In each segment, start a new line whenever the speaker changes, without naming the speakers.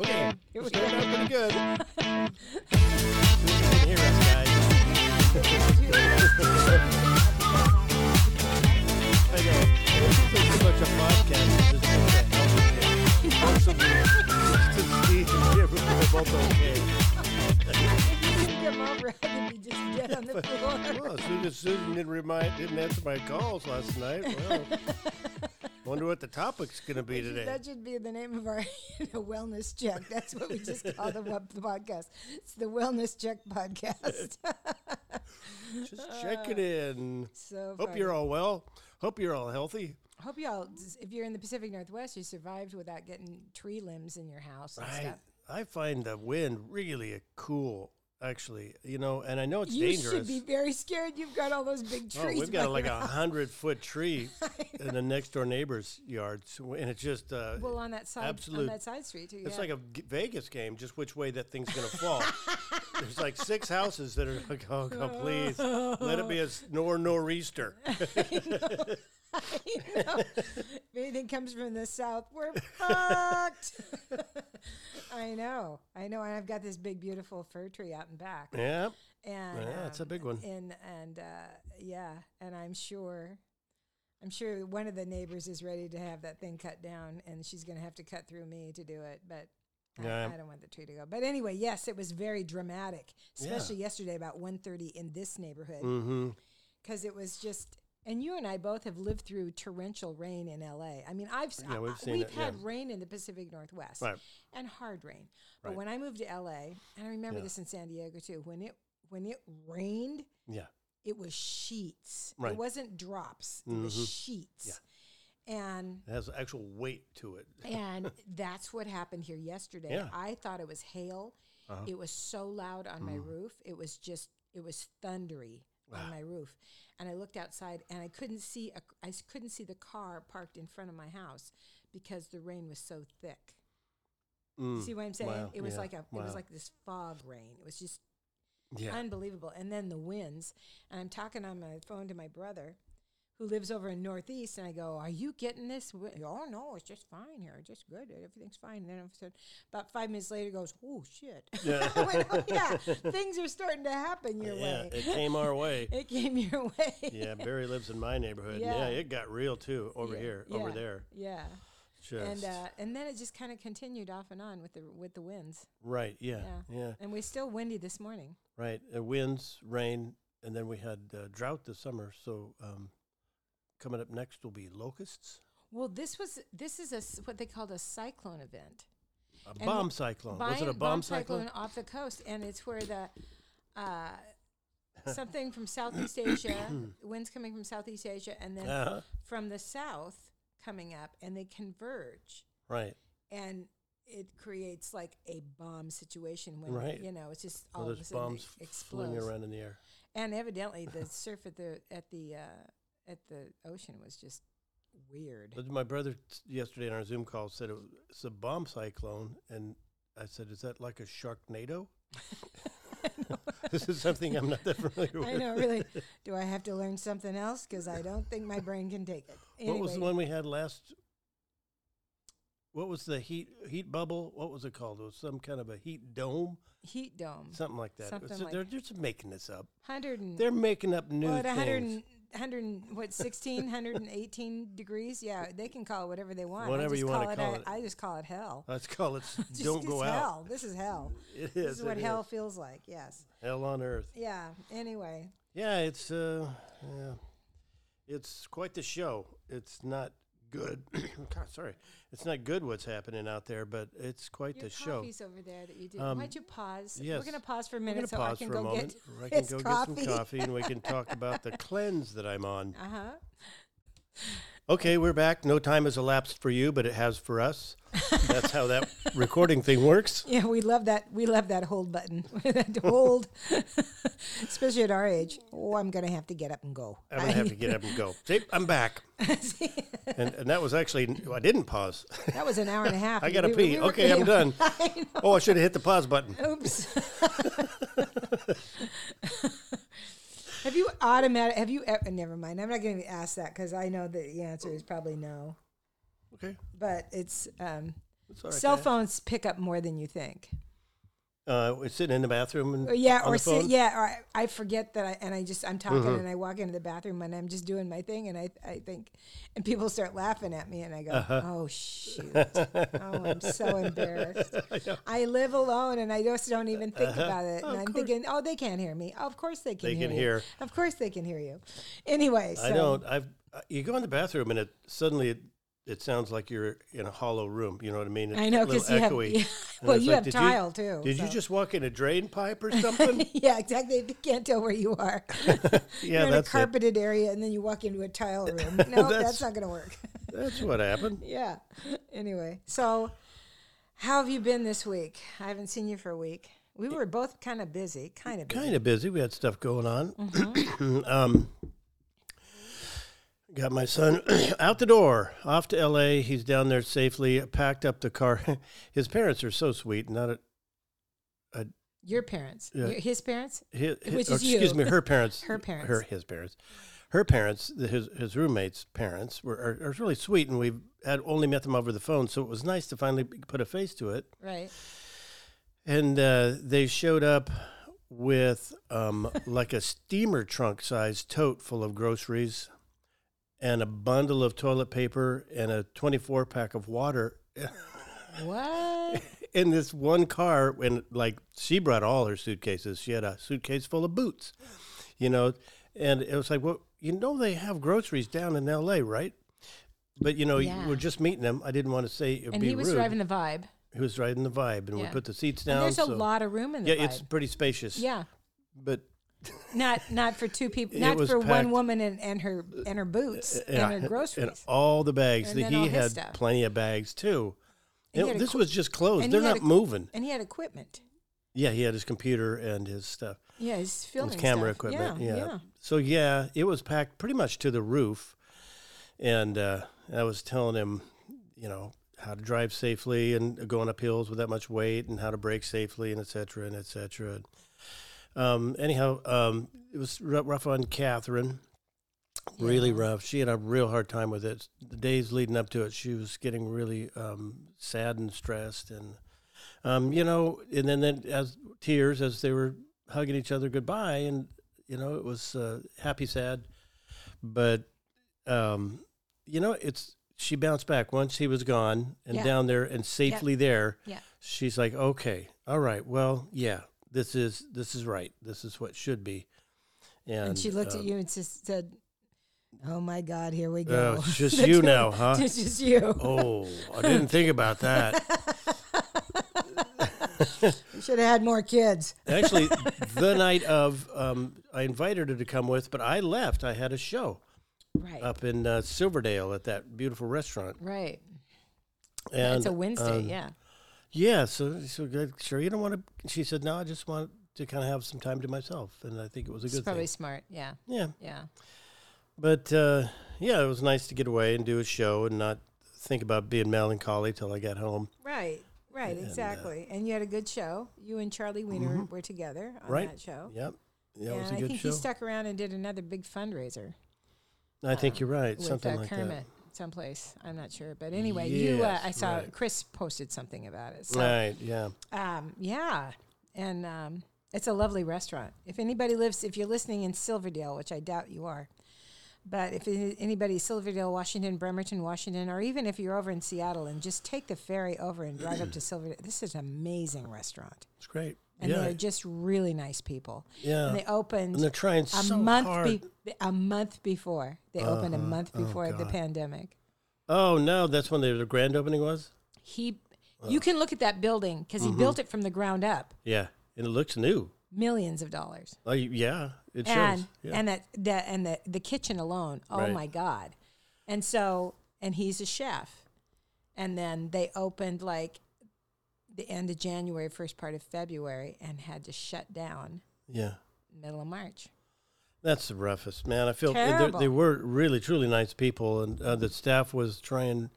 Okay, it was turned out pretty good. Who's gonna hear us, guys? I know. It's just so much a podcast. It's just like the hell with it. Once a week, just to see if we're both okay.
You can come over and be just dead on the floor.
Well, as soon as Susan didn't remind, didn't answer my calls last night. Well, wonder what the topic's going to be today.
That should be the name of our you know, wellness check. That's what we just call the, web- the podcast. It's the Wellness Check Podcast.
Just check it in.
so
Hope
funny.
you're all well. Hope you're all healthy.
Hope y'all, s- if you're in the Pacific Northwest, you survived without getting tree limbs in your house and
I
stuff.
I find the wind really a cool, actually. You know, and I know it's
You
dangerous.
should be very scared. You've got all those big trees.
Oh, we've got
by
like
your
a
house.
hundred foot tree in the next door neighbor's yard, so- and it's just uh,
well on that side on
absolute-
that side street too.
it's
yeah.
like a g- Vegas game, just which way that thing's gonna fall. There's like six houses that are like, oh, God, please let it be a s- nor nor'easter.
You know, if anything comes from the south, we're fucked. I know, I know, and I've got this big, beautiful fir tree out and back,
Yeah,
and um,
yeah, it's a big one.
and and uh, yeah, and I'm sure, I'm sure one of the neighbors is ready to have that thing cut down, and she's going to have to cut through me to do it, but. I-
Yeah.
I, don't want the tree to go. But anyway, yes, it was very dramatic, especially yesterday about 1.30 in this neighborhood
Mm-hmm.
because it was just and you and I both have lived through torrential rain in LA. I mean, I've s-
Yeah, we've
I-
seen
we've
it, yeah.
had rain in the Pacific Northwest
Right.
and hard rain. But
Right.
when I moved to LA, and I remember
Yeah.
this in San Diego too, when it when it rained,
Yeah,
it was sheets.
Right. Mm-hmm.
It wasn't drops. It was sheets. And
it has actual weight to it.
and that's what happened here yesterday.
Yeah. Uh-huh.
I thought it was hail. It was so loud on my
Mm.
roof. It was just, it was thundery on my roof. And I looked outside and I couldn't see, a, I s- couldn't see the car parked in front of my house because the rain was so thick.
Mm,
See what I'm saying?
wow,
It was
yeah,
like a, it
wow.
was like this fog rain. It was just
yeah,
unbelievable. And then the winds. And I'm talking on my phone to my brother who lives over in Northeast. And I go, Are you getting this? wi- Oh, no, it's just fine here. Just good. Everything's fine. And then all of a sudden, about five minutes later, he goes, Oh, shit.
Yeah.
I went, "Oh, yeah. Things are starting to happen your
yeah.
way.
It came our way.
It came your way.
Yeah, Barry lives in my neighborhood. Yeah,
Yeah.
it got real too over
Yeah,
here, over
yeah,
there.
Yeah.
Just
And uh, and then it just kind of continued off and on with the with the winds.
right, yeah,
Yeah.
yeah,
And we're still windy this morning.
right. Uh, winds, rain, and then we had uh, drought this summer. So um, coming up next will be locusts,
Well, this was this is a s- what they called a cyclone event.
a
the
bomb cyclone. Was it a
Bind-
bomb, cyclone?
off the coast? And it's where the uh, something from Southeast Asia, winds coming from Southeast Asia, and then
Uh-huh.
from the south coming up, and they converge,
Right.
and it creates like a bomb situation when
Right.
you know it's just all
Well,
of a
there's
sudden
bombs f-
it
flying
explodes.
around in the air.
And evidently, the surf at the at the uh, at the ocean was just weird.
But my brother t- yesterday on our Zoom call said it was, it's a bomb cyclone, and I said, "Is that like a Sharknado?" this is something I'm not that familiar with.
I know, really. Do I have to learn something else? Because I don't think my brain can take it.
What was the
Anyway.
one we had last? What was the heat heat bubble? What was it called? It was some kind of a heat dome,
heat dome.
something like that. It was-
Something like-
they're just making this up.
Hundred and
They're making up new
well, at hundred
things.
and hundred and what 16, 118 degrees. Yeah, they can call it whatever they want.
Whatever
I just
you wanna
call it,
call
I,
it.
I just call it hell.
Let's call it. s-
Just
don't
'cause
go out.
hell. This is hell.
It
This is what
it
hell feels like. Yes.
Hell on earth.
Yeah. Anyway,
Yeah, it's uh, yeah, it's quite the show. It's not good. God, sorry, it's not good what's happening out there, but it's quite
your
the show.
coffee's over there that you did.
Um,
Why don't you pause?
yes.
We're gonna pause for a
We're
minute
gonna
so I
pause
can
for a
go
moment.
get.
or I can
his
go get
coffee.
some coffee, and we can talk about the cleanse that I'm on.
Uh huh.
Okay, we're back. No time has elapsed for you, but it has for us. That's how that recording thing works.
Yeah, we love that. We love that hold button. that hold, especially at our age. Oh, I'm gonna have to get up and go.
I'm gonna have to get up and go. See, I'm back, and and that was actually I didn't pause.
that was an hour and a half.
I gotta
We- we
pee.
were-
okay, I'm done.
I
Oh, I should have hit the pause button.
know. Oops. have you automatic? Have you? ever? Never mind. I'm not going to ask that because I know that the answer is probably no.
Okay.
But it's um,
It's all right
Cell
to ask.
phones pick up more than you think.
Uh, we're sitting in the bathroom and
Or Uh, yeah,
on
or
the
sit,
phone? Mm-hmm.
yeah, or I, I forget that I and I just I'm talking and I walk into the bathroom and I'm just doing my thing and I I think and people start laughing at me and I go,
Uh-huh.
"Oh shoot. oh, I'm so embarrassed. I live alone and I just don't even think
Uh-huh.
about it." And I'm thinking, "Oh, they can't hear me." Oh, of course they can
They
hear
can
you.
hear.
Of course they can hear you. Anyway, so
I don't. I've uh, you go in the bathroom and it suddenly it, it sounds like you're in a hollow room. You know what I mean? It's
I know
a little
because you have
echoey.
yeah.
And
well,
it's
you
like,
have
"Did
tile too.
Did you
so-
just walk in a drain pipe or something?
yeah, exactly. They can't tell where you are.
yeah,
You're in a
that's it.
carpeted area, and then you walk into a tile room. No, that's,
That's-
not going to work.
That's what happened.
yeah. Anyway, so how have you been this week? I haven't seen you for a week. We were both kind of busy, kind of busy.
Kind of busy. We had stuff going on.
Mm-hmm.
um, got my son out the door, off to L.A. He's down there safely. Packed up the car. His parents are so sweet. Not a,
Your parents,
Yeah.
your, his parents.
his, his-
Which
or
is
oh, excuse
you.
me, her parents,
Her parents.
her his parents, her parents, the- his his roommates' parents were are, are really sweet, and we had only met them over the phone, so it was nice to finally p- put a face to it.
Right.
And uh, they showed up with um, like a steamer trunk size tote full of groceries, and a bundle of toilet paper and a twenty four pack of water.
What?
In this one car, and like she brought all her suitcases. She had a suitcase full of boots, you know, and it was like, well, you know, they have groceries down in L.A., right? But you know, you-
Yeah.
we're just meeting them. I didn't want to say it would
and
be
he was
rude.
driving the vibe.
he was riding the vibe, and we
Yeah.
put the seats down.
And there's a
so-
lot of room in the
Yeah,
vibe.
it's pretty spacious.
yeah.
but
Not not for two people.
It
Not
was
for
packed. Uh,
one woman and, and her and her boots
yeah,
and her
and
groceries.
all the bags.
And
that
then all
he
his
had
stuff.
plenty of bags too.
And he
It-
had a
this
qu-
was just clothes.
and
They're
he had
not
a qu-
moving.
and he had equipment.
Yeah, he had his computer and his stuff.
Yeah, he's
It
filming
was camera
stuff.
equipment.
Yeah,
Yeah,
yeah.
So yeah, it was packed pretty much to the roof, and uh, I was telling him, you know, how to drive safely and going up hills with that much weight, and how to brake safely, and et cetera, and et cetera. Um, anyhow, um, it was r- rough on Catherine. Really rough. She had a real hard time with it. The days leading up to it, she was getting really um, sad and stressed, and um, you know, and then, then as tears as they were hugging each other goodbye, and you know, it was uh, happy, sad, but um, you know, it's she bounced back once he was gone and
Yeah.
down there and safely there.
Yeah.
she's like, okay, all right, well, yeah, this is this is right, this is what should be, and,
And, she looked
uh,
at you and just said, "Oh my God, here we
Oh,
go."
it's just
That's
you
what-
now, huh?
It's just you.
Oh, I didn't think about that.
You Should have had more kids.
Actually, the night of, um, I invited her to come with, but I left. I had a show.
Right.
up in uh, Silverdale at that beautiful restaurant.
right.
And
it's a Wednesday.
um,
yeah.
Yeah. So so good. Sure, you don't want to. She said, "No, I just want to kind of have some time to myself," and I think it was a
It's
good
probably
thing.
smart. Yeah.
Yeah.
Yeah.
But uh, yeah, it was nice to get away and do a show and not think about being melancholy till I got home.
Right. Right.
uh,
exactly. and you had a good show. You and Charlie Weiner were together on
Mm-hmm. Right.
that show.
Yep. Yeah, it
and
was a
Oh. I
good
think
show.
he stuck around and did another big fundraiser
I think you're right.
with
Something
uh,
like
Kermit someplace. I'm not sure, but anyway, you. Uh,
Yes,
I saw
right.
Chris posted something about it.
that.
So
right. Yeah.
Um, yeah, and um, it's a lovely restaurant. If anybody lives, if you're listening in Silverdale, which I doubt you are, but if any- anybody Silverdale, Washington, Bremerton, Washington, or even if you're over in Seattle and just take the ferry over and drive up to Silverdale, this is an amazing restaurant,
It's great.
and
yeah.
they're just really nice people.
yeah.
And they opened
and they're trying
a
so
month
hard. Uh-huh. Oh,
Be- a month before they opened a month before the
God.
pandemic.
oh no, that's when the grand opening was.
He, you can look at that building because
Mm-hmm.
he built it from the ground up,
Yeah, and it looks new.
millions of dollars.
Oh, y- yeah, it shows.
and
Yeah.
and that, that and the the kitchen alone. Oh
Right.
my god! And so and he's a chef, and then they opened like the end of January, first part of February, and had to shut down
yeah.
middle of March.
That's the roughest, man. I feel they, they
Terrible.
were really, truly nice people, and uh, the staff was trying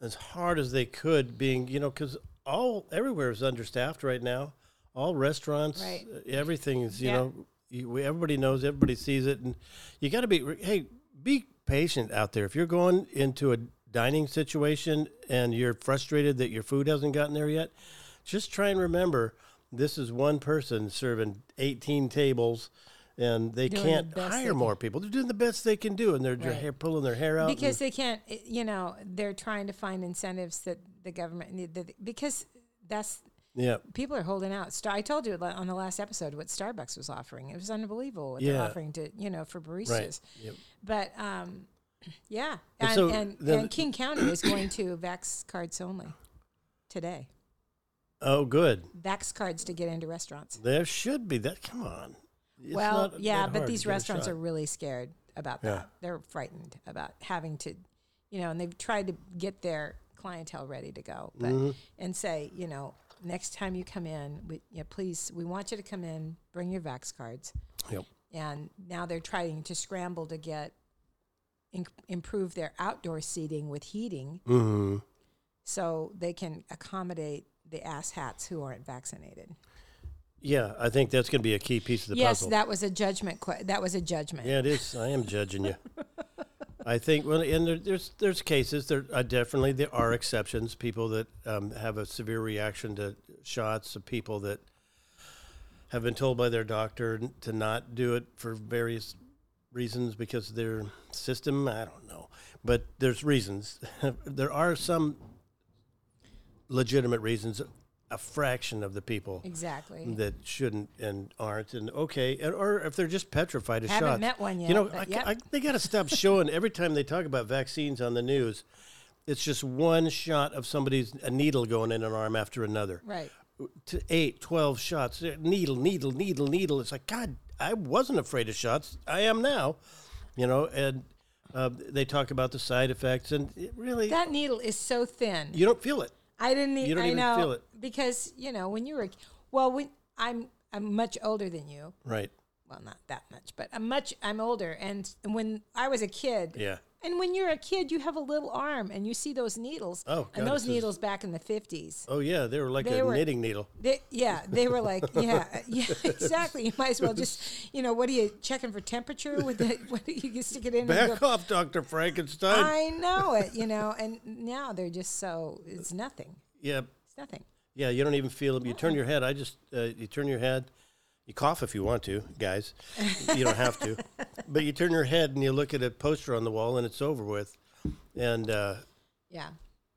as hard as they could, being you know, because all everywhere is understaffed right now. All restaurants,
Right.
uh, everything is you
Yeah.
know, you, we, everybody knows, everybody sees it, and you got to be re- hey, be patient out there. If you're going into a dining situation and you're frustrated that your food hasn't gotten there yet, just try and remember this is one person serving 18 tables and they
Doing the
can't
best they
hire
can.
more people. They're doing the best they can do and they're their
Right.
hair, pulling their hair out.
because they can't i- you know they're trying to find incentives that the government need that, because that's
and, yeah.
people are holding out Star, i told you la- on the last episode what starbucks was offering it was unbelievable what
Yeah.
they're offering to you know for baristas
Yep.
but um yeah
And
and
so
and,
then-
and king county is going to vax cards only today
Oh, good.
vax cards to get into restaurants
There should be that. Come on. It's
well
not
yeah
that
but
hard
these
to give it a
restaurants
shot.
are really scared about
Yeah.
that they're frightened about having to you know and they've tried to get their clientele ready to go but
Mm-hmm.
and say you know next time you come in we, yeah, please we want you to come in bring your vax cards
Yep.
and now they're trying to scramble to get in, improve their outdoor seating with heating
hmm
so they can accommodate the ass hats who aren't vaccinated
Yeah, I think that's going to be a key piece of the
yes
puzzle.
that was a judgment que- that was a judgment
Yeah, it is. I am judging you. I think well, and there, there's there's cases there uh, definitely there are exceptions. People that um, have a severe reaction to shots, of people that have been told by their doctor n- to not do it for various reasons because their system. I don't know, but there's reasons. there are some legitimate reasons. A fraction of the people
exactly
that shouldn't and aren't and okay and, or if they're just petrified of
Haven't
shots.
met one
You
yet,
know,
but
I,
yep.
I, they got to stop showing every time they talk about vaccines on the news. It's just one shot of somebody's a needle going in an arm after another.
right
To eight, 12 shots, eh, needle, needle, needle, needle. It's like God, I wasn't afraid of shots. I am now. You know, and uh, they talk about the side effects, and it really,
That needle is so thin.
you don't feel it.
I didn't. e-
you don't
I
even
know,
feel it.
because you know when you were. Well, when I'm I'm much older than you.
Right?
Well, not that much, but I'm much. I'm older, and when I was a kid.
Yeah.
And when you're a kid, you have a little arm, and you see those needles.
Oh, God,
and
this
those
is-
needles back in the fifties.
Oh yeah, they were like
They
a
were-
knitting needle.
They, yeah, they were like, yeah, yeah, exactly. You might as well just, you know, what are you checking for temperature with the? What do you stick it in? and go-
Back off, Doctor Frankenstein.
I know it, you know, and now they're just so it's nothing.
Yeah,
It's nothing.
yeah. You don't even feel it. You turn your head. I just uh, you turn your head. You cough if you want to, guys. you don't have to, but you turn your head and you look at a poster on the wall, and it's over with. And uh,
Yeah.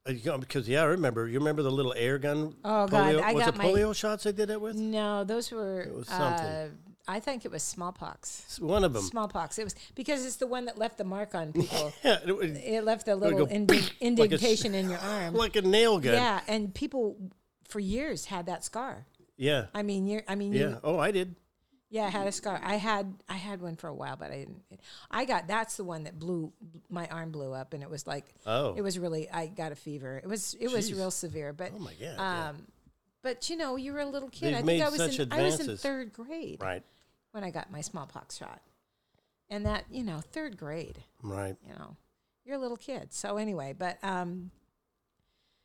uh, you know, because yeah, I remember. You remember the little air gun?
Oh, God,
polio?
I
was
got
it
my-
polio shots I did it with?
No, those were.
was something.
uh, I think it was smallpox.
It's one of them.
Smallpox. It was because it's the one that left the mark on people.
Yeah, it was
it left the little
go
indi-
like a s-
indentation in your arm.
like a nail gun. Yeah.
yeah, and people for years had that scar.
Yeah.
I mean, you I mean, you,
Oh, I did.
yeah, I had a scar. I had I had one for a while, but I didn't. I got that's the one that blew my arm blew up, and it was like
Oh.
it was really I got a fever. It was it was
Jeez.
real severe, but
Oh my God. yeah.
um, but you know, you were a little kid.
They've
I think
made
I was
such
in, I was in
advances.
third grade
Right.
when I got my smallpox shot, and that you know, third grade,
Right.
you know, you're a little kid. So anyway, but um,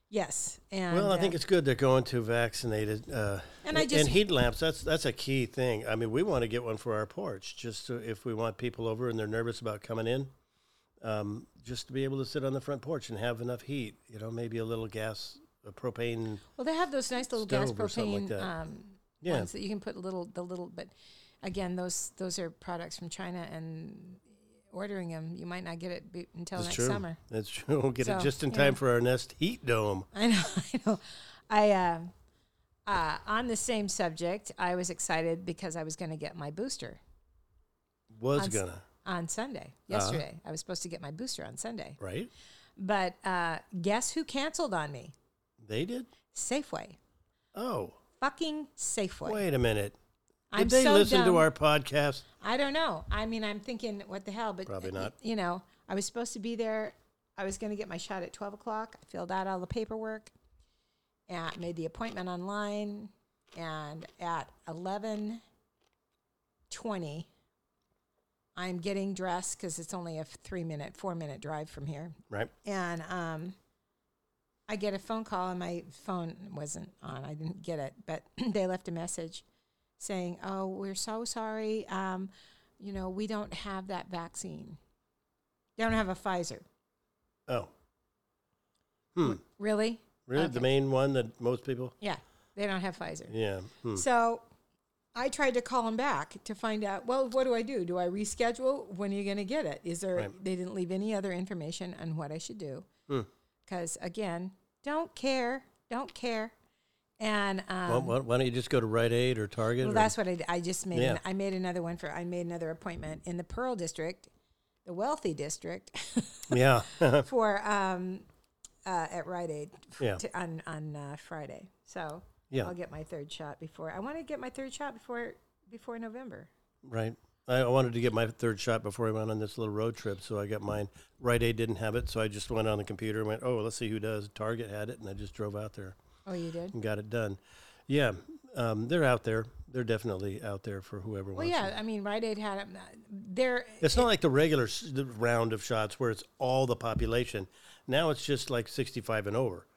yes, and
Well, I
uh,
think it's good they're going to vaccinated. Uh,
And I just-
heat lamps. That's that's a key thing. I mean, we want to get one for our porch, just to, if we want people over and they're nervous about coming in, um, just to be able to sit on the front porch and have enough heat. You know, maybe a little gas, a propane.
well, they have those nice little gas
stove or something like
propane
that.
um,
Yeah.
ones that you can put little the little, but again, those those are products from China, and ordering them, you might not get it be, until next Oh, summer.
That's true. We'll get it
So,
just in
yeah.
time for our next heat dome.
I know, I know. I uh, uh, on the same subject, I was excited because I was going to get my booster
Was
On s-
gonna
on Sunday.
Uh-huh.
Yesterday, I was supposed to get my booster on Sunday,
right?
but uh, guess who canceled on me?
They did.
Safeway,
Oh,
fucking Safeway.
wait a minute. Did
I'm
they
so
listen
dumb.
to our podcast?
I don't know. I mean, I'm thinking, what the hell? But
Probably not.
You know, I was supposed to be there. I was going to get my shot at 12 o'clock. I filled out all the paperwork. And I made the appointment online. And at 11:20, I'm getting dressed because it's only a three-minute, four-minute drive from here.
Right.
And um, I get a phone call, and my phone wasn't on. I didn't get it, but they left a message saying, "Oh, we're so sorry. Um, you know, we don't have that vaccine. They don't have a Pfizer."
Oh, Hmm.
Really?
Really, the
Okay.
main one that most people.
Yeah. They don't have Pfizer.
Yeah. Hmm.
So I tried to call him back to find out, well, what do I do? Do I reschedule? When are you going to get it? Is there,
Right.
they didn't leave any other information on what I should do.
Hmm.
Because again, don't care, don't care. And, um,
Why- why, why don't you just go to Rite Aid or Target?
well,
or-
that's what I, d- I just made.
Yeah.
An, I made another one for, I made another appointment in the Pearl District, the wealthy district,
yeah.
for, um, uh, at Rite Aid f-
Yeah.
to, on, on uh, Friday. So
Yeah.
I'll get my third shot before, I want to get my third shot before, before November.
right. I I wanted to get my third shot before I went on this little road trip, so I got mine. Rite Aid didn't have it, so I just went on the computer and went, "Oh, let's see who does." Target had it, and I just drove out there
Oh, you did?
and got it done. Yeah, um, they're out there. They're definitely out there for whoever
Well,
wants.
yeah.
it.
I mean, Rite Aid had it. There,
It's not like the regular s- the round of shots where it's all the population. Now it's just like 65 and over,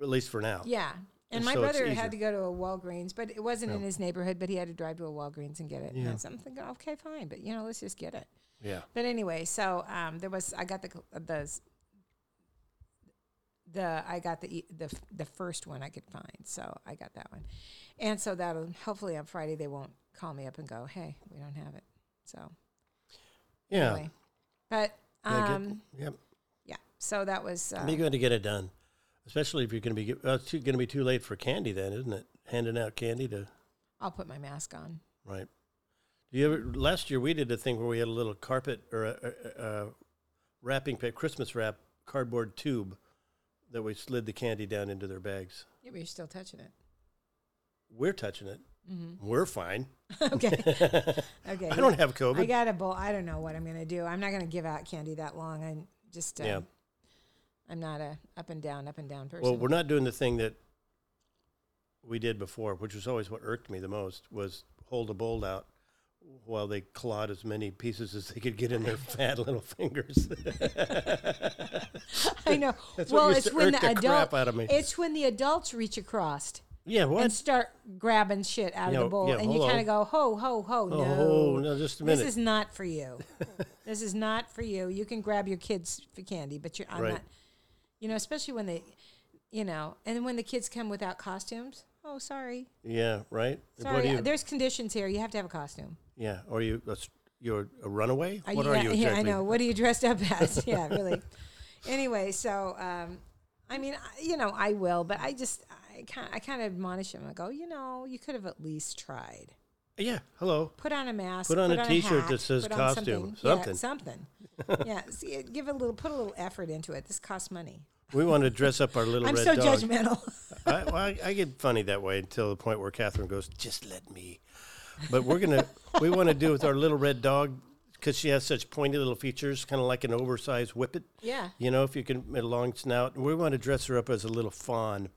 at least for now.
yeah. And my
So it's
brother
easier.
had to go to a Walgreens, but it wasn't in his neighborhood. But he had to drive to a Walgreens and get it. And that's- I'm thinking, okay, fine, but you know, let's just get it.
Yeah.
But anyway, so um, there was. I got the cl- uh, the s- the I got the e- the f- the first one I could find, so I got that one, and so that'll hopefully on Friday they won't call me up and go, hey, we don't have it. So
Yeah.
anyway, but
Yeah, get-
um,
yep.
yeah. So that was uh,
Be good to get it done, especially if you're going to be. Uh, it's going to be too late for candy then, isn't it? Handing out candy to
I'll put my mask on.
right. Do you ever? Last year we did a thing where we had a little carpet or a, a, a wrapping paper, Christmas wrap, cardboard tube that we slid the candy down into their bags.
Yeah, but you're still touching it.
We're touching it. We're fine.
Mm-hmm. okay. Okay.
I don't have COVID.
I got a bowl. I don't know what I'm gonna do. I'm not gonna give out candy that long. I'm just. Uh,
Yeah.
I'm not a up and down, up and down person.
Well, we're not doing the thing that we did before, which was always what irked me the most, was hold a bowl out while they clawed as many pieces as they could get in their fat little fingers.
I know.
That's what
well,
used
it's
to
when
irk
the
the crap
adult.
out of me.
It's when the adults reach across
yeah, what?
and start grabbing shit out of
Yeah,
the bowl,
yeah,
and you
hello.
kind of go, "Ho, ho, ho!" No,
oh, no, just a
this
minute.
is not for you. this is not for you. You can grab your kids for candy, but you're I'm
Right.
not. You know, especially when they, you know, and when the kids come without costumes. Oh, sorry.
yeah, right? And what
Sorry, uh,
are you?
there's conditions here. You have to have a costume.
yeah, are you a, s- you're a runaway?
Uh,
what
yeah,
are you exactly?
Yeah, I know. What are you dressed up as? yeah, really. Anyway, so um, I mean, I, you know, I will, but I just I kind I kind of admonish him. I go, you know, you could have at least tried.
Yeah, hello.
Put on a mask.
Put on a t-shirt
hat,
that says
put on
costume,
Yeah, something. yeah, see, it- give a little, put a little effort into it. This costs money.
We want to dress up our little
I'm
red
so
dog.
judgmental.
I, well, I, I get funny that way until the point where Catherine goes, "Just let me." But we're gonna we want to do with our little red dog because she has such pointy little features, kind of like an oversized whippet.
yeah.
You know, if you can a long snout. We want to dress her up as a little fawn.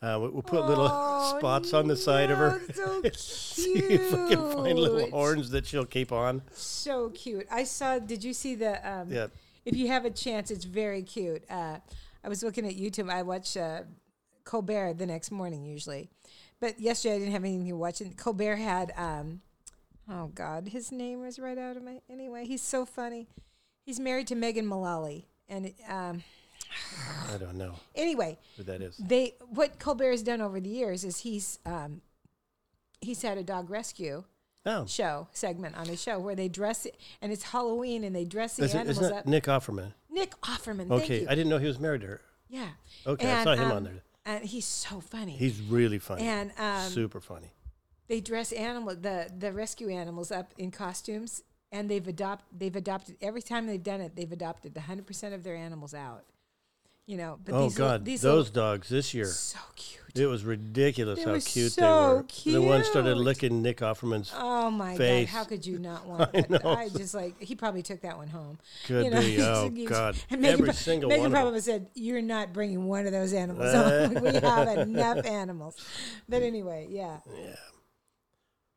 Uh, we- we'll put little
Oh,
spots on the side of her.
no, So
See if we can find little
cute.
horns that she'll keep on.
So cute. I saw. Did you see the? Um,
Yeah.
If you have a chance, it's very cute. Uh, I was looking at YouTube. I watch uh, Colbert the next morning usually, but yesterday I didn't have anything to watch. And Colbert had. Um, oh God, his name was right out of my. Anyway, he's so funny. He's married to Megan Mullally, and um,
I don't know
anyway,
who that is.
they what Colbert has done over the years is he's um, he's had a dog rescue
Oh,
show segment on his show where they dress it, and it's Halloween and they dress the
is it,
animals
isn't
up.
it Nick Offerman?
Nick Offerman,
Okay,
thank
I
you.
didn't know he was married to her.
yeah. um,
Okay, I saw him on there.
And he's so funny.
He's really funny,
and um,
super funny.
they dress animal the the rescue animals up in costumes, and they've adopt they've adopted every time they've done it they've adopted hundred percent of their animals out. You know, but
Oh
these little-
God,
these
those
little-
dogs this year.
so cute.
It was ridiculous
They
how
were
cute
so
they were. The one started
cute.
licking Nick Offerman's.
Oh my
Face.
God! How could you not want?
I
I, that?
know.
I just like he probably took that one home.
Could be. Oh, God.
And Megan,
Every
pro-
single
Megan
one of
probably said, "You're not bringing one of those animals home. we have enough animals." But anyway, yeah,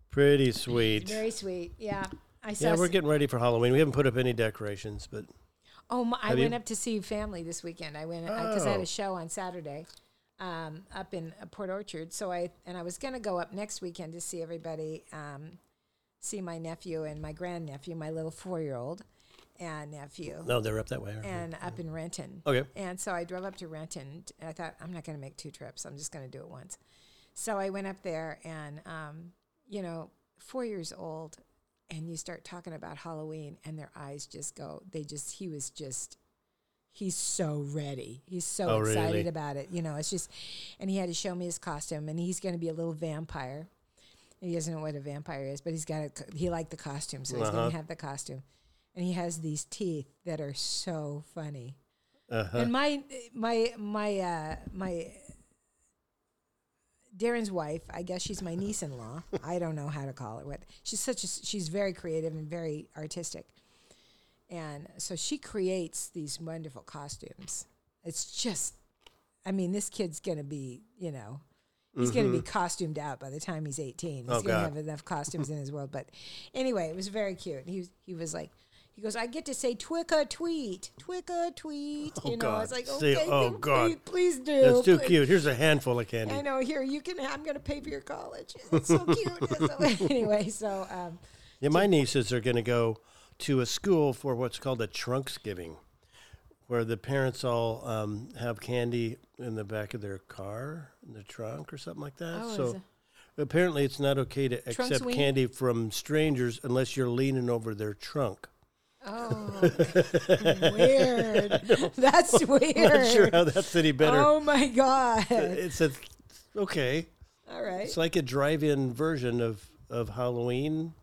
Pretty sweet.
very sweet. Yeah, I saw.
Yeah, we're
s-
getting ready for Halloween. We haven't put up any decorations, but
oh, my, I
Have you-
went up to see family this weekend. I went because I had
Oh.
a show on Saturday um, up in uh, Port Orchard. So I and I was going to go up next weekend to see everybody, um, see my nephew and my grandnephew, my little four-year-old. and nephew,
No, they're up that way. aren't they?
and up in Renton.
Okay.
And so I drove up to Renton. t- And I thought, I'm not going to make two trips. I'm just going to do it once. So I went up there, and, um, you know, four years old, and you start talking about Halloween, and their eyes just go, they just, he was just, he's so ready. He's so
Oh,
excited
really?
about it. You know, it's just, and he had to show me his costume, and he's going to be a little vampire. He doesn't know what a vampire is, but he's got a, co- he liked the costume, so he's going
Uh-huh.
to have the costume. And he has these teeth that are so funny.
Uh-huh.
And my my my uh, my Darren's wife, I guess she's my niece-in-law. I don't know how to call it. What she's such a she's very creative and very artistic, and so she creates these wonderful costumes. It's just, I mean, this kid's gonna be, you know, he's gonna be costumed out by the time he's eighteen. He's
Mm-hmm. Oh,
gonna
God.
have enough costumes in his world. But anyway, it was very cute. He was he was like. He goes, I get to say twick or tweet, twick or tweet.
Oh,
you know, I was
God.
like, okay,
Say- oh,
then
God.
please- please do.
That's too
please."
cute. Here's a handful of candy.
I know. Here, you can. I'm going to pay for your college. It's so cute. So, anyway, so um,
Yeah, my nieces are going to go to a school for what's called a trunksgiving, where the parents all um, have candy in the back of their car, in the trunk, or something like that.
Oh, is
so apparently, it's not okay to accept
wing?
candy from strangers unless you're leaning over their trunk.
oh, weird. That's weird.
I'm not sure how that's any better.
Oh my god.
It's a okay.
All right.
It's like a drive-in version of of Halloween,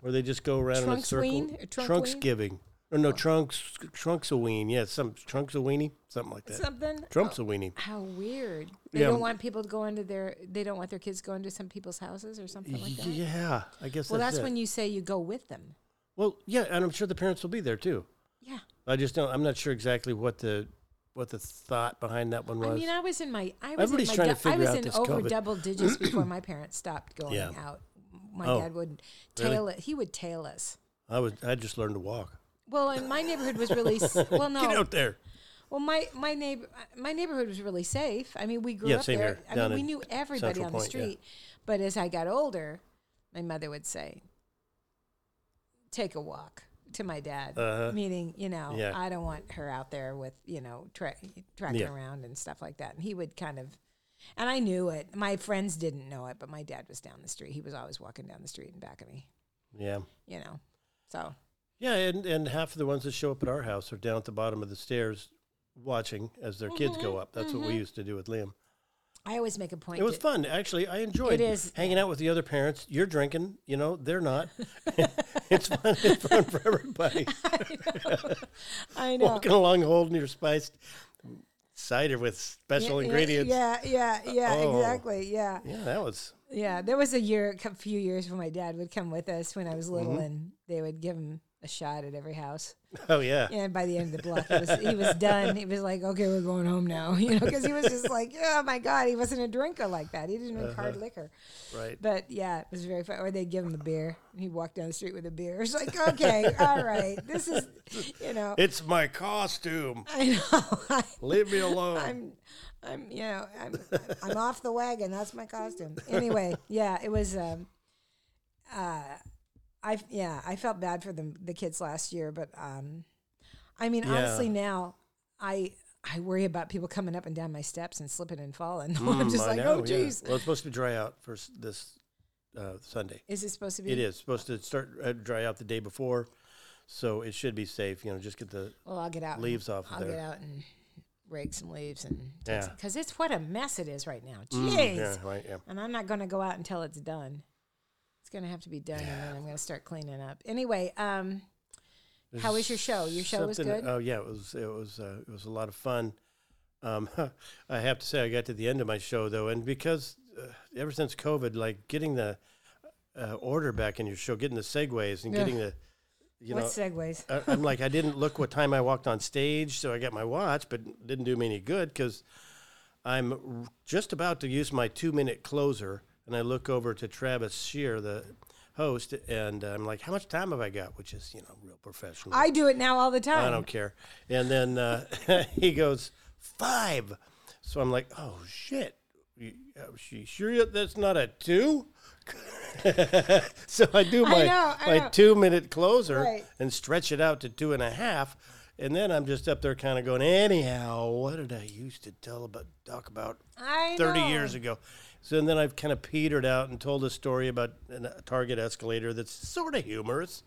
where they just go around in a circle.
Trunksween? Or Trunkween?
Trunksgiving. Or no, trunks, trunks a weenie. Yeah, some trunks a weenie, something like that.
Something.
Trumps a weenie.
How weird. They
Yeah.
don't want people to go into their. They don't want their kids going to some people's houses or something like that.
Yeah, I guess.
Well,
that's,
that's
it.
when you say you go with them.
Well, yeah, and I'm sure the parents will be there too.
Yeah.
I just don't. I'm not sure exactly what the what the thought behind that one was.
I mean, I was in my I was
Everybody's
in my
trying
dou-
to figure
I was
out
in
this
over
COVID.
double digits before my parents stopped going
Yeah.
out. My
Oh,
dad would
really?
tail it. He would tail us.
I was. I just learned to walk.
Well, and my neighborhood was really s- well. No,
Get out there.
well, my my neighbor my neighborhood was really safe. I mean, we grew
Yeah,
up
same
there.
here,
I
down
mean, we
in
knew everybody
Central
on the
Point, yeah.
street. But as I got older, my mother would say, "Take a walk." To my dad,
Uh-huh.
meaning you know,
Yeah.
I don't want her out there with you know tra- tracking
Yeah.
around and stuff like that. And he would kind of, and I knew it. My friends didn't know it, but my dad was down the street. He was always walking down the street in back of me,
Yeah.
you know. So
Yeah, and, and half of the ones that show up at our house are down at the bottom of the stairs watching as
Mm-hmm,
their kids go up. That's what we used to do with Liam.
I always make a point.
It was
to-
fun, actually. I enjoyed
It is.
hanging out with the other parents. You're drinking, you know, they're not. it's fun. It's fun for everybody.
I know.
Walking along holding your spiced cider with special
yeah,
ingredients. Yeah.
Yeah, yeah, yeah,
Oh.
exactly. Yeah,
that was
yeah. There was a year, a few years when my dad would come with us when I was little,
Mm-hmm.
and they would give him a shot at every house.
oh yeah.
And by the end of the block, he was, he was done. He was like, "Okay, we're going home now," you know, because he was just like, "Oh my god," he wasn't a drinker like that. He didn't drink
Uh-huh.
hard liquor.
Right.
But yeah, it was very fun. Or they'd give him a beer, and he'd walk down the street with a beer. It's like, okay, all right, this is, you know,
It's my costume.
I know. I,
Leave me alone.
I'm, I'm, you know, I'm, I'm off the wagon. That's my costume. Anyway, yeah, it was. Um, uh, I yeah, I felt bad for the the kids last year, but um, I mean,
Yeah.
honestly, now I I worry about people coming up and down my steps and slipping and falling. I'm just
Mm, I
like,
know,
oh,
yeah.
geez,
Well, it's supposed to dry out for s- this uh, Sunday.
is it supposed to be?
It is supposed to start uh, dry out the day before, so it should be safe. You know, just get the
Well, I'll get out. and-
leaves off of
I'll
there.
get out and rake some leaves and
Yeah.
because it's what a mess it is right now.
Mm,
Jeez.
yeah, right. Yeah.
and I'm not going to go out until it's done. It's going to have to be done, and then I'm going to start cleaning up. Anyway, um, How was your show? Your show was
Something-
good?
Oh yeah, it was. It was. Uh, it was a lot of fun. Um, I have to say, I got to the end of my show though, and because uh, ever since COVID, like getting the uh, order back in your show, getting the segues, and
Yeah.
getting the, you
what
know,
segues?
I, I'm like, I didn't look what time I walked on stage, so I got my watch, but didn't do me any good because I'm r- just about to use my two minute closer, and I look over to Travis Shear, the host, and I'm like, how much time have I got? Which is, you know, real professional.
I do it now all the time.
I don't care. And then uh, he goes five. So I'm like, oh shit, You- uh, she sure that's not a two? so I do
I
my
know, I
my
know.
two minute closer
Right.
and stretch it out to two and a half, and then I'm just up there kind of going. Anyhow, what did I used to tell about talk about
I
thirty
know.
years ago? So then I've kind of petered out and told a story about an- a Target escalator that's sort of humorous,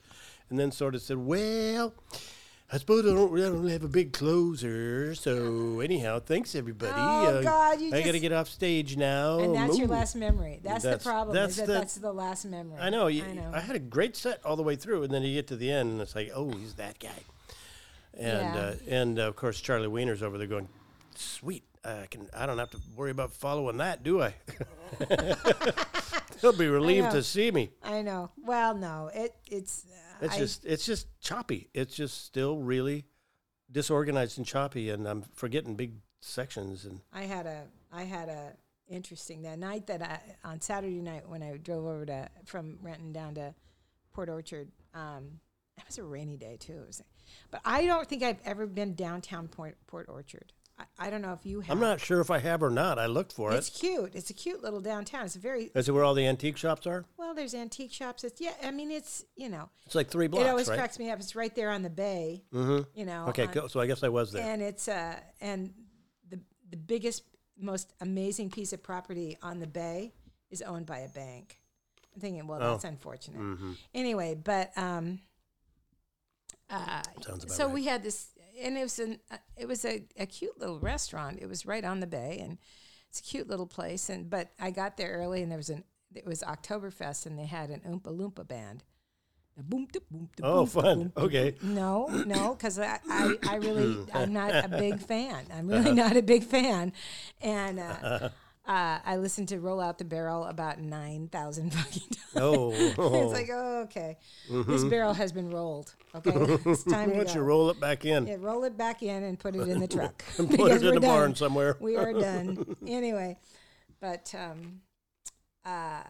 and then sort of said, well. I suppose I don't, I don't have a big closer, so anyhow, thanks everybody. Uh,
Oh, God, you
I gotta
just-
get off stage now.
And that's your
Ooh.
last memory. That's,
That's-
the problem.
that's
is that
the-
that's the last memory.
I know. You,
I know.
I had a great set all the way through, and then you get to the end, and it's like, oh, he's that guy. And
Yeah.
uh, and uh, of course, Charlie Wiener's over there going, sweet. I can. I don't have to worry about following that, do I? He'll be relieved
know.
to see me.
I know. Well, no, it it's. uh,
It's
I,
just it's just choppy. It's just still really disorganized and choppy, and I'm forgetting big sections. And
I had a I had a interesting that night that I on Saturday night when I drove over to from Renton down to Port Orchard. Um, it was a rainy day too. It was, but I don't think I've ever been downtown Port Port Orchard. I, I don't know if you have.
I'm not sure if I have or not. I looked for
It's
it.
cute. It's a cute little downtown. It's a very
Is it where all the antique shops are?
well. There's antique shops. It's yeah. I mean, it's you know.
It's like three blocks,
it always
right?
cracks me up. It's right there on the bay. Mm-hmm. You know.
okay,
on-
cool. so I guess I was there.
and it's uh and the the biggest most amazing piece of property on the bay is owned by a bank i'm thinking
Oh.
well that's unfortunate
Mm-hmm.
anyway but um uh
Sounds about
so
right.
we had this and it was an uh, it was a, a cute little restaurant it was right on the bay and it's a cute little place and but i got there early and there was an it was Oktoberfest and they had an Oompa Loompa band. The boom, da boom, da
Oh,
boom, da
fun.
boom, da
Okay.
no, no, because I, I, I really, I'm not a big fan. I'm really
Uh-huh.
not a big fan. And uh, uh, I listened to Roll Out the Barrel about 9,000 fucking times.
Oh, Mm-hmm.
It's like, oh, okay. This barrel has been rolled. Okay. It's time
Why
to
don't you
go.
roll it back in?
Yeah, roll it back in and put it in the truck. and
put it in the barn somewhere.
We are done. anyway, but um, uh,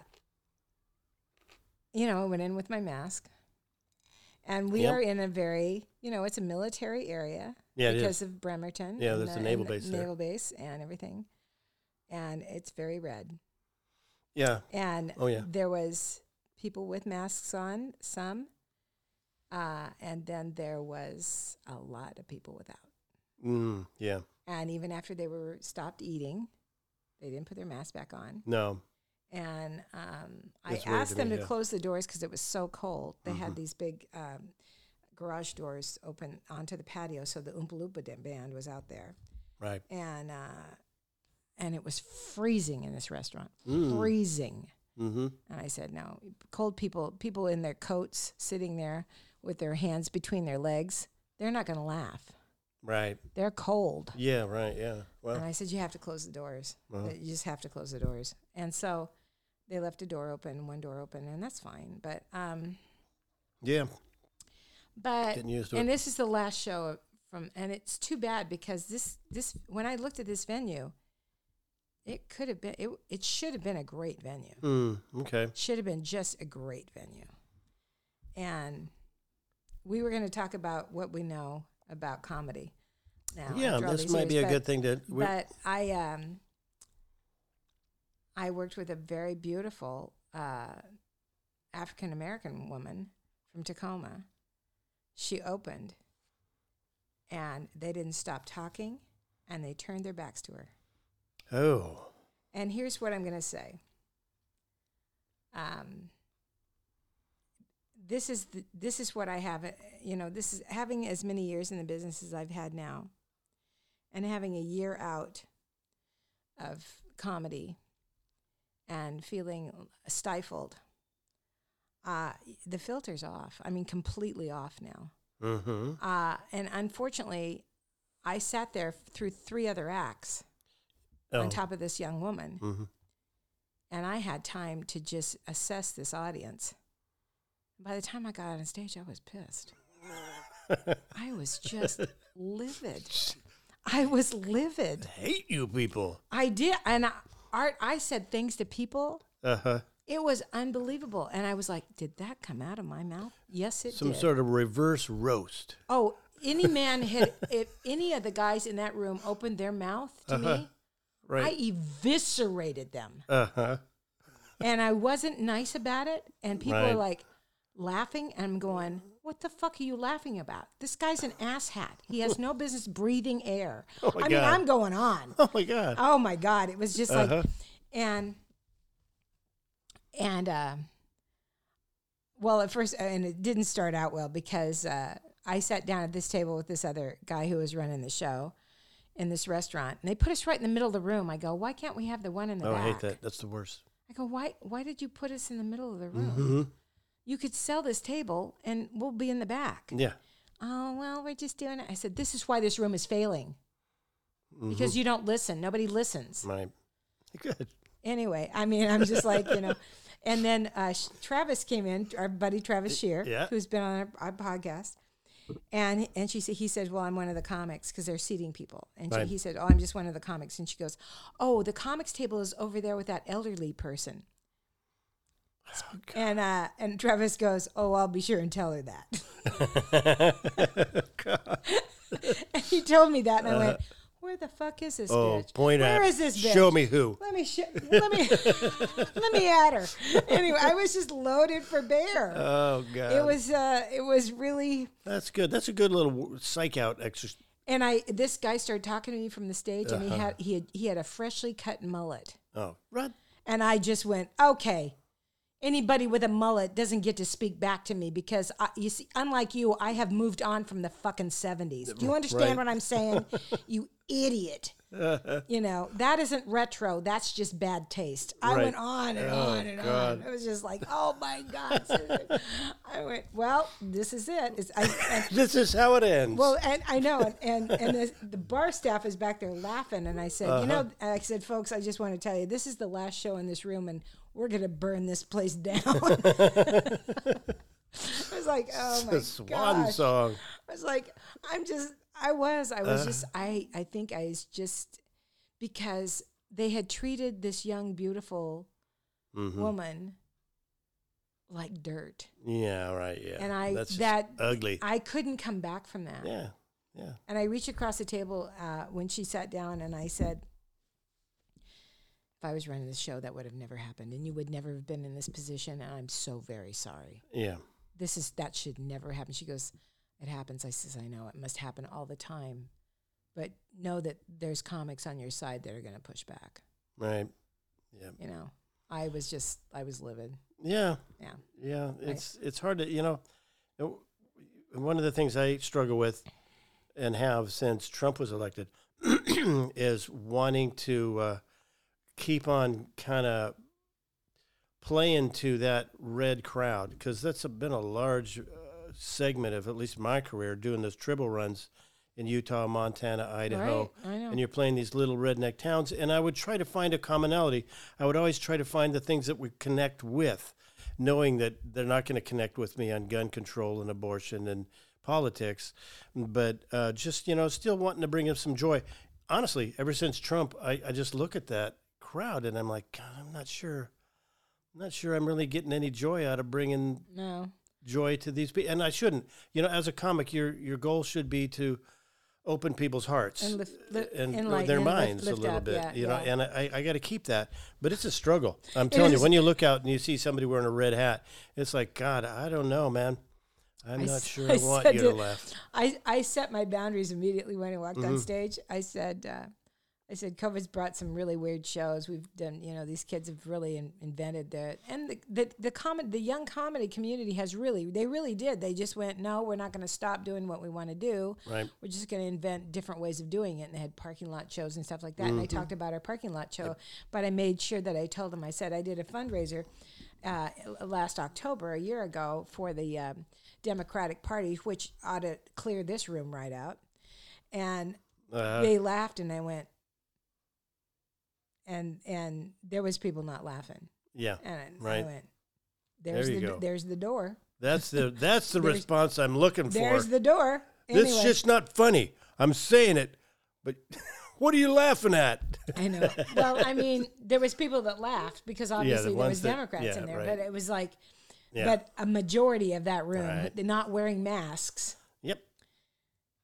you know, I went in with my mask. And we
Yep.
are in a very, you know, it's a military area
Yeah, it is.
because of Bremerton.
Yeah,
and
there's
the-
a naval
and the
base there.
Naval base and everything. And it's very red.
Yeah.
And
Oh, yeah.
there was people with masks on, some. Uh, and then there was a lot of people without.
Mm, yeah.
And even after they were stopped eating, they didn't put their mask back on.
No.
And um, I
That's weird to
asked them
me,
to
yeah. Mm-hmm.
close the doors because it was so cold. They had these big um, garage doors open onto the patio, so the Oompa Loompa da- band was out there,
Right.
and uh, and it was freezing in this restaurant,
Mm.
freezing.
Mm-hmm.
And I said, no, cold people, people in their coats sitting there with their hands between their legs, they're not going to laugh.
Right.
They're cold.
Yeah. Right. Yeah. Well.
And I said, You have to close the doors. Uh,
Uh-huh.
You just have to close the doors. And so they left a door open, one door open, and that's fine. But, um,
yeah.
but,
Getting used to
and
it.
this is the last show from, and it's too bad because this, this, when I looked at this venue, it could have been, it, it should have been a great venue.
Mm, okay.
Should have been just a great venue. And we were going to talk about what we know about comedy now.
Yeah.
after all
This
these
might be
years,
a
but-
good thing to. we-
but I um I worked with a very beautiful uh, African American woman from Tacoma. She opened, and they didn't stop talking, and they turned their backs to her.
oh.
And here's what I'm going to say. Um, this is the, this is what I have. uh, You know, this is having as many years in the business as I've had now, and having a year out of comedy, and feeling stifled. Uh, the filter's off. I mean, completely off now.
Mm-hmm.
Uh, and unfortunately, I sat there through three other acts
Oh.
on top of this young woman
hmm
and I had time to just assess this audience. By the time I got on stage, I was pissed. I was just livid. I was livid.
Hate you people.
I did, and I, Art, I said things to people.
Uh huh.
It was unbelievable, and I was like, "Did that come out of my mouth?" Yes, it
Some
did.
sort of reverse roast.
oh, any man had if any of the guys in that room opened their mouth to me,
Uh-huh. Right.
I eviscerated them.
Uh huh.
and I wasn't nice about it. And people are
Right.
like laughing, and I'm going, "What the fuck are you laughing about? This guy's an asshat. He has no business breathing air."
Oh my
I mean,
God. Uh-huh.
I'm going on.
Oh my god.
Oh my god, it was just like, and and uh, well, at first, and it didn't start out well because uh, I sat down at this table with this other guy who was running the show in this restaurant, and they put us right in the middle of the room. I go, why can't we have the one in the
Oh, I
back?
hate that. That's the worst.
I go, why? Why did you put us in the middle of the room? You could sell this table, and we'll be in the back.
Yeah.
Oh well, we're just doing it. I said, this is why this room is failing because you don't listen. Nobody listens
Right. Good.
anyway, I mean, I'm just like, you know. And then uh, Sh- Travis came in, our buddy Travis Shear,
Yeah.
who's been on our, our podcast. And, and she said, he said, well, I'm one of the comics because they're seating people. And she,
Right.
he said, oh, I'm just one of the comics. And she goes, oh, the comics table is over there with that elderly person.
Oh,
and uh, and Travis goes, oh, I'll be sure and tell her that. and he told me that, and I went, where the fuck is this
Uh-huh. Oh,
bitch?
point
Where
at.
is this bitch?
Show me who.
Let me sh- let me let me add her. Anyway, I was just loaded for bear.
Oh god.
it was uh, it was really.
That's good. That's a good little w- psych out exercise.
And I this guy started talking to me from the stage, and he had he had he had a freshly cut mullet,
Oh, right.
and I just went okay. Anybody with a mullet doesn't get to speak back to me because I, you see, unlike you, I have moved on from the fucking seventies. Do you
Right.
understand what I'm saying? you idiot. you know that isn't retro. That's just bad taste. I
Right. Oh,
went on and on and on. I was just like, oh my god. Susan." I went, well, this is it. It's, I, I,
This is how it ends.
well, and I know, and and, and the, the bar staff is back there laughing, and I said, you know, I said, folks, I just want to tell you, this is the last show in this room, and we're gonna burn this place down. I was like, oh my
the swan
gosh.
song.
I was like, I'm just, I was, I was just, I, I think I was just because they had treated this young, beautiful woman like dirt.
Yeah, right. Yeah.
And I-
That's just
that-
ugly.
I couldn't come back from that.
yeah. Yeah.
And I reached across the table uh, when she sat down and I said, if I was running the show, that would have never happened. And you would never have been in this position. And I'm so very sorry.
Yeah.
this is that should never happen. She goes, It happens. I says, I know it must happen all the time. But know that there's comics on your side that are gonna push back.
Right.
You know. I was just I was livid.
Yeah.
Yeah.
Yeah, it's it's hard to you know. w- One of the things I struggle with, and have since Trump was elected, is wanting to uh, keep on kind of playing to that red crowd because that's a, been a large uh, segment of at least my career doing those triple runs in Utah, Montana, Idaho
Right. I know.
and you're playing these little redneck towns. And I would try to find a commonality. I would always try to find the things that we connect with, knowing that they're not going to connect with me on gun control and abortion and politics, but uh, just you know, still wanting to bring up some joy. Honestly, ever since Trump, I, I just look at that crowd and I'm like, God, I'm not sure. I'm not sure I'm really getting any joy out of bringing
no.
joy to these people and i shouldn't you know as a comic your your goal should be to open people's hearts
And lift- li-
and
enlighten
grow
and
their
lift-
minds
lift
a little
up,
bit
yeah,
you know
yeah.
and i, I got to keep that but it's a struggle i'm telling you when you look out and you see somebody wearing a red hat it's like god i don't know man i'm
I
not
s-
sure
I
i, want
said
you to
to-
laugh
I, I set my boundaries immediately when I walked on stage. I said, uh, I said, COVID's brought some really weird shows. We've done, you know, these kids have really in, invented their and the the the, com- the young comedy community has really they really did. They just went, no, we're not going to stop doing what we want to do.
Right.
We're just going to invent different ways of doing it. And they had parking lot shows and stuff like that. And I talked about our parking lot show, but I made sure that I told them. I said I did a fundraiser uh, last October, a year ago, for the um, Democratic Party, which ought to clear this room right out. And
uh,
they laughed, and I went, and and there was people not laughing,
yeah
and I- I
Right.
went, there's
you
the
go.
there's the door,
that's the that's the
There's-
response i'm looking for
there's the door.
this
Anyway,
shit's not funny i'm saying it but what are you laughing at
I know. Well, I mean, there was people that laughed because obviously there
ones
was
that-
Democrats
yeah,
in there,
right.
but it was like,
Yeah.
but a majority of that room
Right.
not wearing masks
yep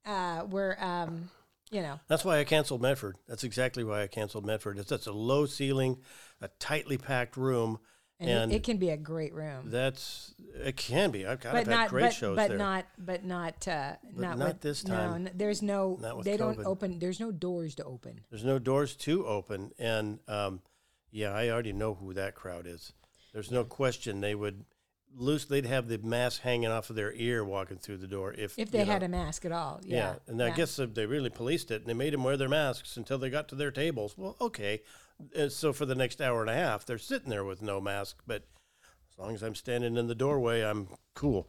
uh, were, um, you know,
That's why I canceled Medford. That's exactly why I canceled Medford. It's such a low ceiling, a tightly packed room,
And, it-
And
it, can be a great room,
That's it can be. I've, God, I've
but
had
not
great
but,
shows
but
there.
not but not uh, not
not
with-
this
no,
time.
n- there's no
Not with
they
COVID.
don't open. There's no doors to open.
There's no doors to open, and um, yeah, I already know who that crowd is. There's no question they would loose. They'd have the mask hanging off of their ear walking through the door if
If they
you know,
had a mask at all, yeah.
Yeah, and I guess if they really policed it and they made them wear their masks until they got to their tables. Well, okay. Uh, So for the next hour and a half, they're sitting there with no mask, but as long as I'm standing in the doorway, I'm cool.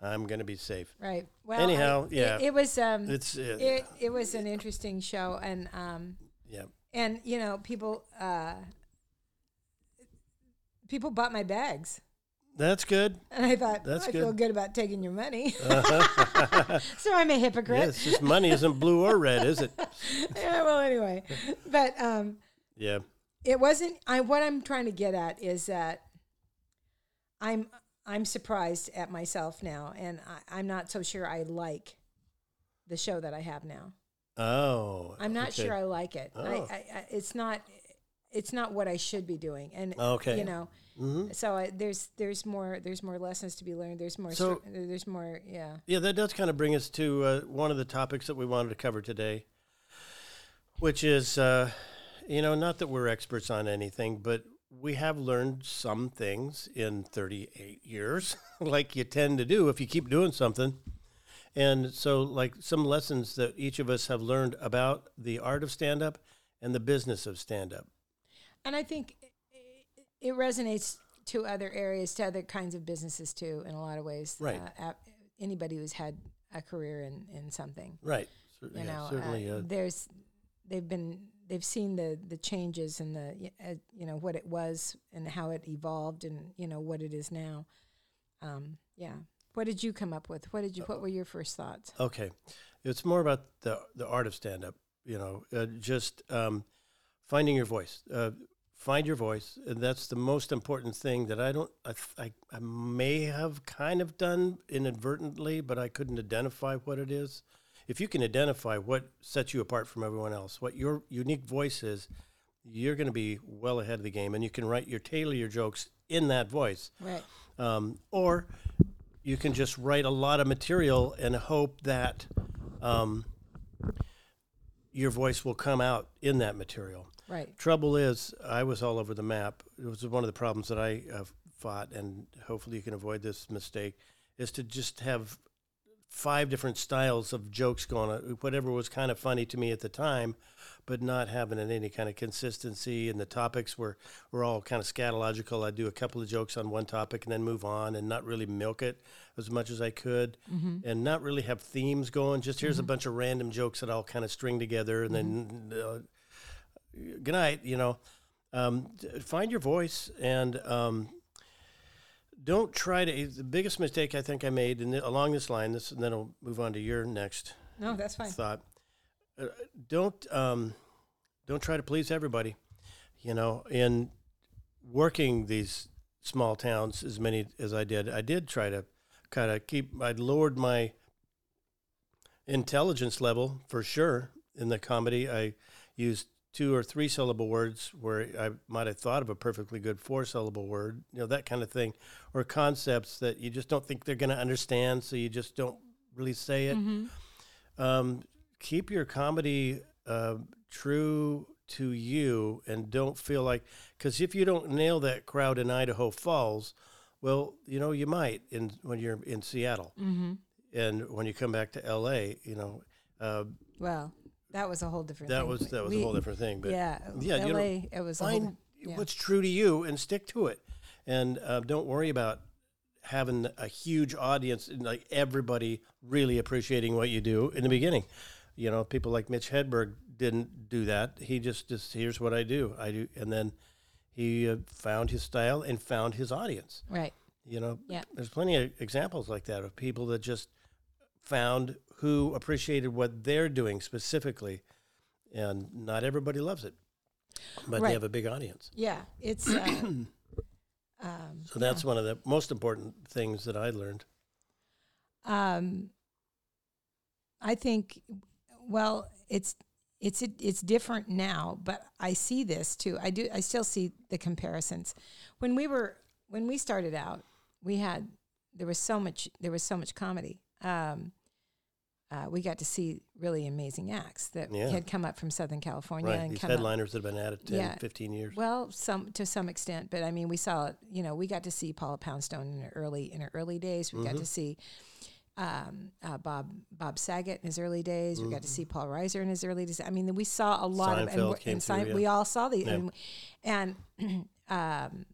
I'm going to be safe.
right. Well, I-
Anyhow,
it-
yeah.
it, was um,
It's, uh,
it, it was an interesting show, and um,
yeah.
and you know people uh, people bought my bags.
That's good.
And I thought, "Oh,
That's
I feel
good.
good about taking your money. so I'm a hypocrite.
Yes, this money isn't blue or red, is it?
yeah, well, anyway, but um,
Yeah.
it wasn't. I what I'm trying to get at is that I'm I'm surprised at myself now, and I, I'm not so sure I like the show that I have now.
Oh.
I'm not
okay.
sure I like it. I,
Oh.
I, I, it's not it's not what I should be doing, and
Okay. Mm-hmm.
you know. So I, there's there's more there's more lessons to be learned. There's more
So-
str- there's more yeah.
Yeah, that does kind of bring us to uh, one of the topics that we wanted to cover today, which is, uh, you know, not that we're experts on anything, but we have learned some things in 38 years, like you tend to do if you keep doing something. And so, like, some lessons that each of us have learned about the art of stand up and the business of stand up.
And I think i- it resonates to other areas, to other kinds of businesses too, in a lot of ways.
Right.
Uh, ap- anybody who's had a career in, in something,
Right. Cer-
you
yeah,
know,
certainly.
uh,
Uh,
there's they've been they've seen the the changes and the y- uh, you know what it was and how it evolved and you know what it is now. Um, yeah. What did you come up with? What did you?
Uh,
What were your first thoughts?
Okay, it's more about the the art of stand up. You know, uh, just um, finding your voice. Uh, find your voice, and that's the most important thing that I don't. I, th- I I may have kind of done inadvertently, but I couldn't identify what it is. If you can identify what sets you apart from everyone else, what your unique voice is, you're going to be well ahead of the game, and you can write your tailor your jokes in that voice
Right.
um, or you can just write a lot of material and hope that um, your voice will come out in that material.
Right.
Trouble is, I was all over the map. It was one of the problems that I uh, fought, and hopefully you can avoid this mistake, is to just have five different styles of jokes going on, whatever was kind of funny to me at the time, but not having any kind of consistency. And the topics were, were all kind of scatological. I'd do a couple of jokes on one topic and then move on and not really milk it as much as I could and not really have themes going. Just here's a bunch of random jokes that I'll kind of string together and then uh, good night. You know, um, d- find your voice and um, don't try to. The biggest mistake I think I made in the, along this line, this, and then I'll move on to your next
No, that's fine.
thought. Uh, don't um, don't try to please everybody. You know, in working these small towns as many as I did, I did try to kind of keep. I lowered my intelligence level for sure in the comedy. I used two or three syllable words where I might have thought of a perfectly good four syllable word, you know, that kind of thing, or concepts that you just don't think they're going to understand, so you just don't really say it um, keep your comedy uh, true to you and don't feel like because if you don't nail that crowd in Idaho Falls, well, you know you might in when you're in Seattle
Mm-hmm.
and when you come back to L.A. You know uh,
Well, that was a whole different.
that
thing.
was that was
We-
a whole different thing. But
Yeah.
yeah, you
LA,
don't-
it was. a whole
find what's true to you and stick to it, and uh, don't worry about having a huge audience and like everybody really appreciating what you do in the beginning. You know, people like Mitch Hedberg didn't do that. He just just here's what I do. I do, and then he uh, found his style and found his audience.
Right.
You know,
Yeah.
there's plenty of examples like that of people that just found who appreciated what they're doing specifically, and not everybody loves it, but
Right.
they have a big audience.
Yeah, it's uh, um,
So that's one of the most important things that I learned.
um, I think well, it's it's it's different now, but I see this too. I do. I still see the comparisons. When we were when we started out, we had there was so much there was so much comedy. Um, uh, we got to see really amazing acts that
Yeah.
had come up from Southern California
right.
and
These
come up
headliners that have been at it 10,
Yeah.
15 years.
well, some to some extent, but I mean, we saw you know we got to see Paula Poundstone in her early in her early days. We
Mm-hmm.
got to see um, uh, Bob Bob Saget in his early days. We got to see Paul Reiser in his early days. I mean, we saw a lot of
Mm-hmm. Seinfeld
we're-
came
and
through, yeah.
we all saw the
Yeah.
and, and um,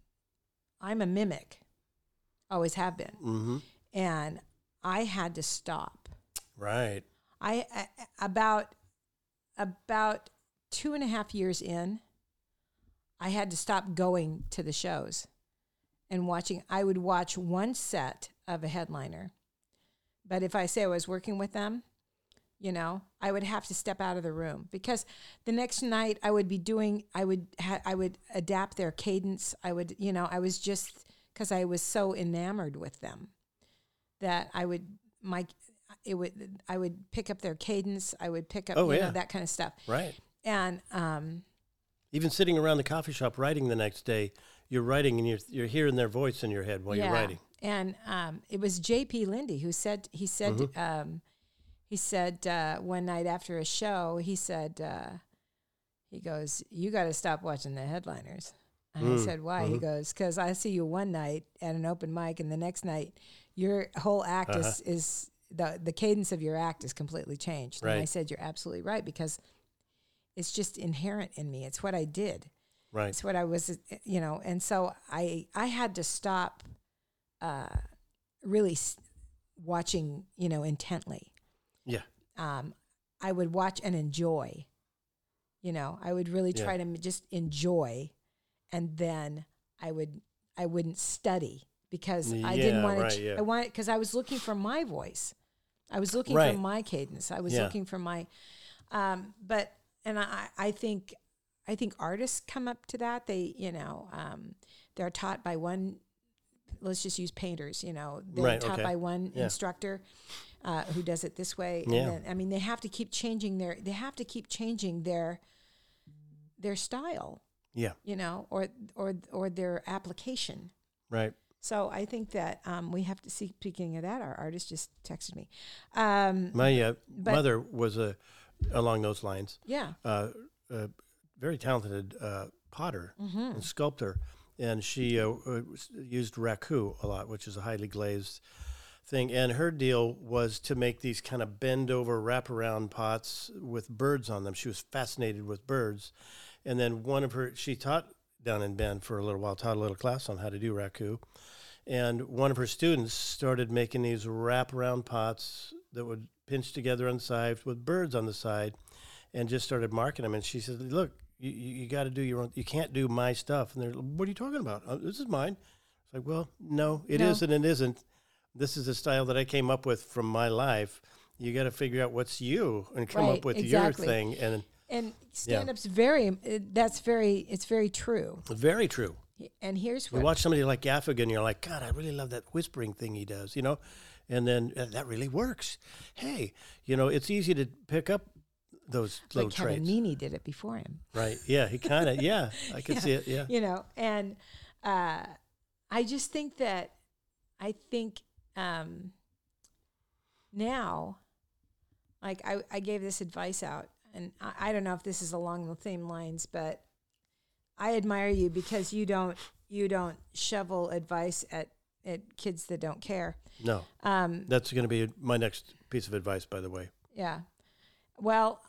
I'm a mimic, always have been,
hmm
and I had to stop.
Right.
I, I about about two and a half years in, I had to stop going to the shows and watching. I would watch one set of a headliner, but if I say I was working with them, you know, I would have to step out of the room because the next night I would be doing. I would ha- I would adapt their cadence. I would you know I was just because I was so enamored with them that I would my it would I would pick up their cadence. I would pick up
Oh,
you
yeah.
know that kind of stuff.
Right.
And um,
Even sitting around the coffee shop writing the next day, you're writing and you're, you're hearing their voice in your head while you're writing.
And um, it was J.P. Lindy who said he said
Mm-hmm.
um, he said uh, one night after a show he said uh, he goes you got to stop watching the headliners. And
Mm,
I said why?
mm-hmm.
He goes because I see you one night at an open mic and the next night your whole act
Uh-huh.
is is the the cadence of your act is completely changed. And I
Right.
said you're absolutely right because it's just inherent in me. It's what I did
Right.
it's what I was, uh, you know, and so I I had to stop, uh, really s- watching, you know, intently.
Yeah.
Um, I would watch and enjoy, you know, I would really
Yeah.
try to m- just enjoy, and then I would I wouldn't study because I didn't
Yeah,
want
right,
to.
yeah.
I wanted because I was looking for my voice. I was looking
Right.
for my cadence. I was
Yeah.
looking for my, um, but and I, I think I think artists come up to that. They you know um, they're taught by one. Let's just use painters. You know they're
Right,
taught
okay.
by one
Yeah.
instructor uh, who does it this way.
Yeah.
And then, I mean they have to keep changing their they have to keep changing their their style.
Yeah.
You know or or or their application.
Right.
So I think that um, we have to see. Speaking of that, our artist just texted me. Um,
My uh,
But-
mother was a along those lines.
yeah.
uh, a very talented uh, potter and sculptor, and she uh, uh, s- used raku a lot, which is a highly glazed thing. And her deal was to make these kind of bend over wraparound pots with birds on them. She was fascinated with birds, and then one of her she taught down in Bend for a little while, taught a little class on how to do raku. And one of her students started making these wraparound pots that would pinch together on the sides with birds on the side and just started marking them. And she said, "Look, you, you, you got to do your own. You can't do my stuff." And they're, "What are you talking about? Uh, this is mine." It's like, "Well, no, it
No.
is and it isn't. This is a style that I came up with from my life. You got to figure out what's you and come
Right,
up with
exactly.
your thing." And
And stand up's very, it- that's very, it's very true.
very true.
And here's
You
what,
watch somebody like Gaffigan, and you're like, God, I really love that whispering thing he does, you know, and then uh, that really works. Hey, you know, it's easy to pick up those
like
little
Kevin
traits,
Meaney did it before him,
right? Yeah, he kind of, yeah, I can see it. Yeah,
you know, and uh, I just think that, I think um, now, like I, I gave this advice out and I, I don't know if this is along the same lines, but I admire you because you don't, you don't shovel advice at, at kids that don't care.
no.
Um,
That's going to be my next piece of advice, by the way.
Yeah. Well,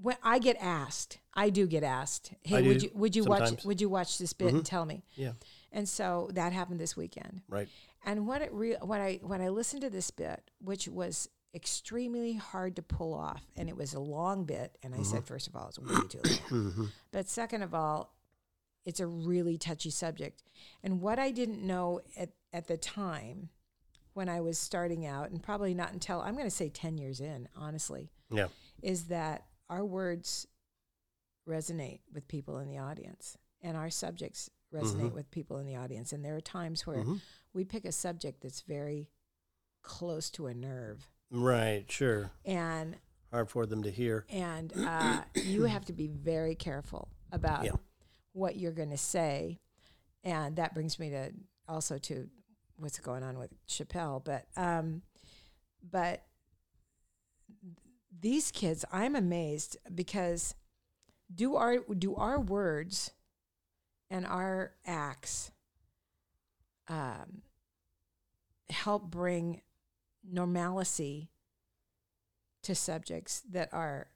when I get asked, I do get asked, "Hey,
I
would
do,
you would you
sometimes. Mm-hmm.
watch would you watch this bit and tell me?"
Yeah,
And so that happened this weekend.
right.
And what it re- when I when I listened to this bit, which was extremely hard to pull off, and it was a long bit, and I said, first of all, it's way too long. But second of all, it's a really touchy subject. And what I didn't know at, at the time when I was starting out, and probably not until I'm going to say 10 years in, honestly,
Yeah,
is that our words resonate with people in the audience and our subjects resonate with people in the audience. And there are times where we pick a subject that's very close to a nerve.
right. Sure.
And
Hard for them to hear.
and uh, you have to be very careful about
Yeah.
what you're going to say and that brings me to also to what's going on with Chappelle, but um, but these kids, I'm amazed because do our do our words and our acts um, help bring normalcy to subjects that are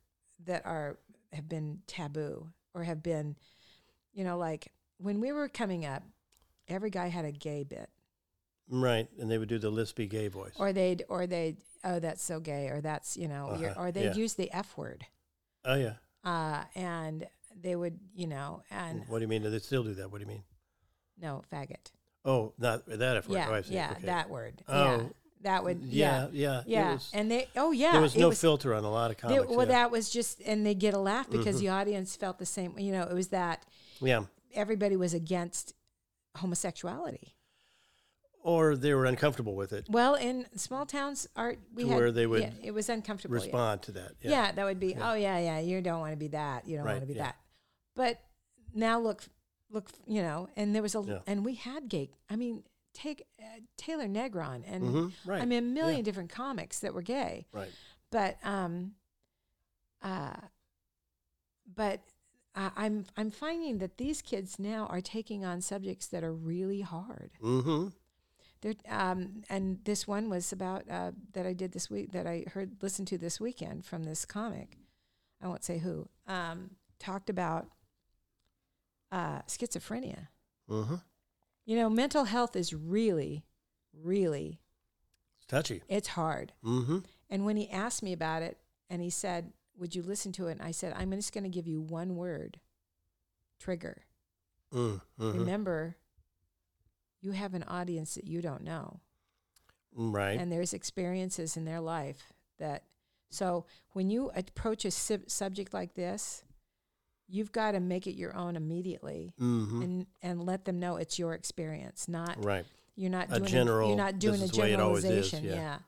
that are have been taboo or have been you know like when we were coming up every guy had a gay bit
Right, and they would do the lispy gay voice.
or they'd or they'd oh that's so gay or that's you know you're-
Uh-huh,
or they'd
yeah.
use the f word
oh yeah.
uh, and they would you know and
What do you mean? Do they still do that? What do you mean?
no faggot
Oh, not that effort.
yeah
oh, I see.
yeah
okay.
that word yeah
Oh.
that would
Yeah,
yeah
yeah,
yeah,
it was-
and they oh yeah
there was
it
no filter on a lot of
they-
comics.
well
yeah. Mm-hmm.
that was just and they get a laugh because the audience felt the same you know it was that
yeah,
everybody was against homosexuality
or they were uncomfortable with it.
well in small towns art we
To
had,
where they would
yeah, it was uncomfortable yeah.
Respond to that.
Yeah,
Yeah.
that would be. Oh yeah, yeah. You don't want to be that. You don't want
Right,
to be
yeah.
that. But now look, look. You know, and there was a
Yeah.
and we had gay. I mean, take uh, Taylor Negron and
Mhm, right,
I mean a million
yeah.
different comics that were gay.
Right.
But um, uh, but I, I'm I'm finding that these kids now are taking on subjects that are really hard.
Mm-hmm.
There, um, and this one was about uh, that I did this week that I heard listened to this weekend from this comic. I won't say who um, talked about uh, schizophrenia.
Mm-hmm. It's
You know, mental health is really, really
touchy.
it's hard.
Mm-hmm.
And when he asked me about it, and he said, "Would you listen to it?" and I said, "I'm just going to give you one word: trigger.
Mm, hmm
Remember, you have an audience that you don't know."
Right.
and there's experiences in their life that so when you approach a sub- subject like this you've got to make it your own immediately
mm-hmm.
and and let them know it's your experience not
right.
you're not
A
doing
general,
you're not
this
doing a
is the way it always is,
generalization
yeah.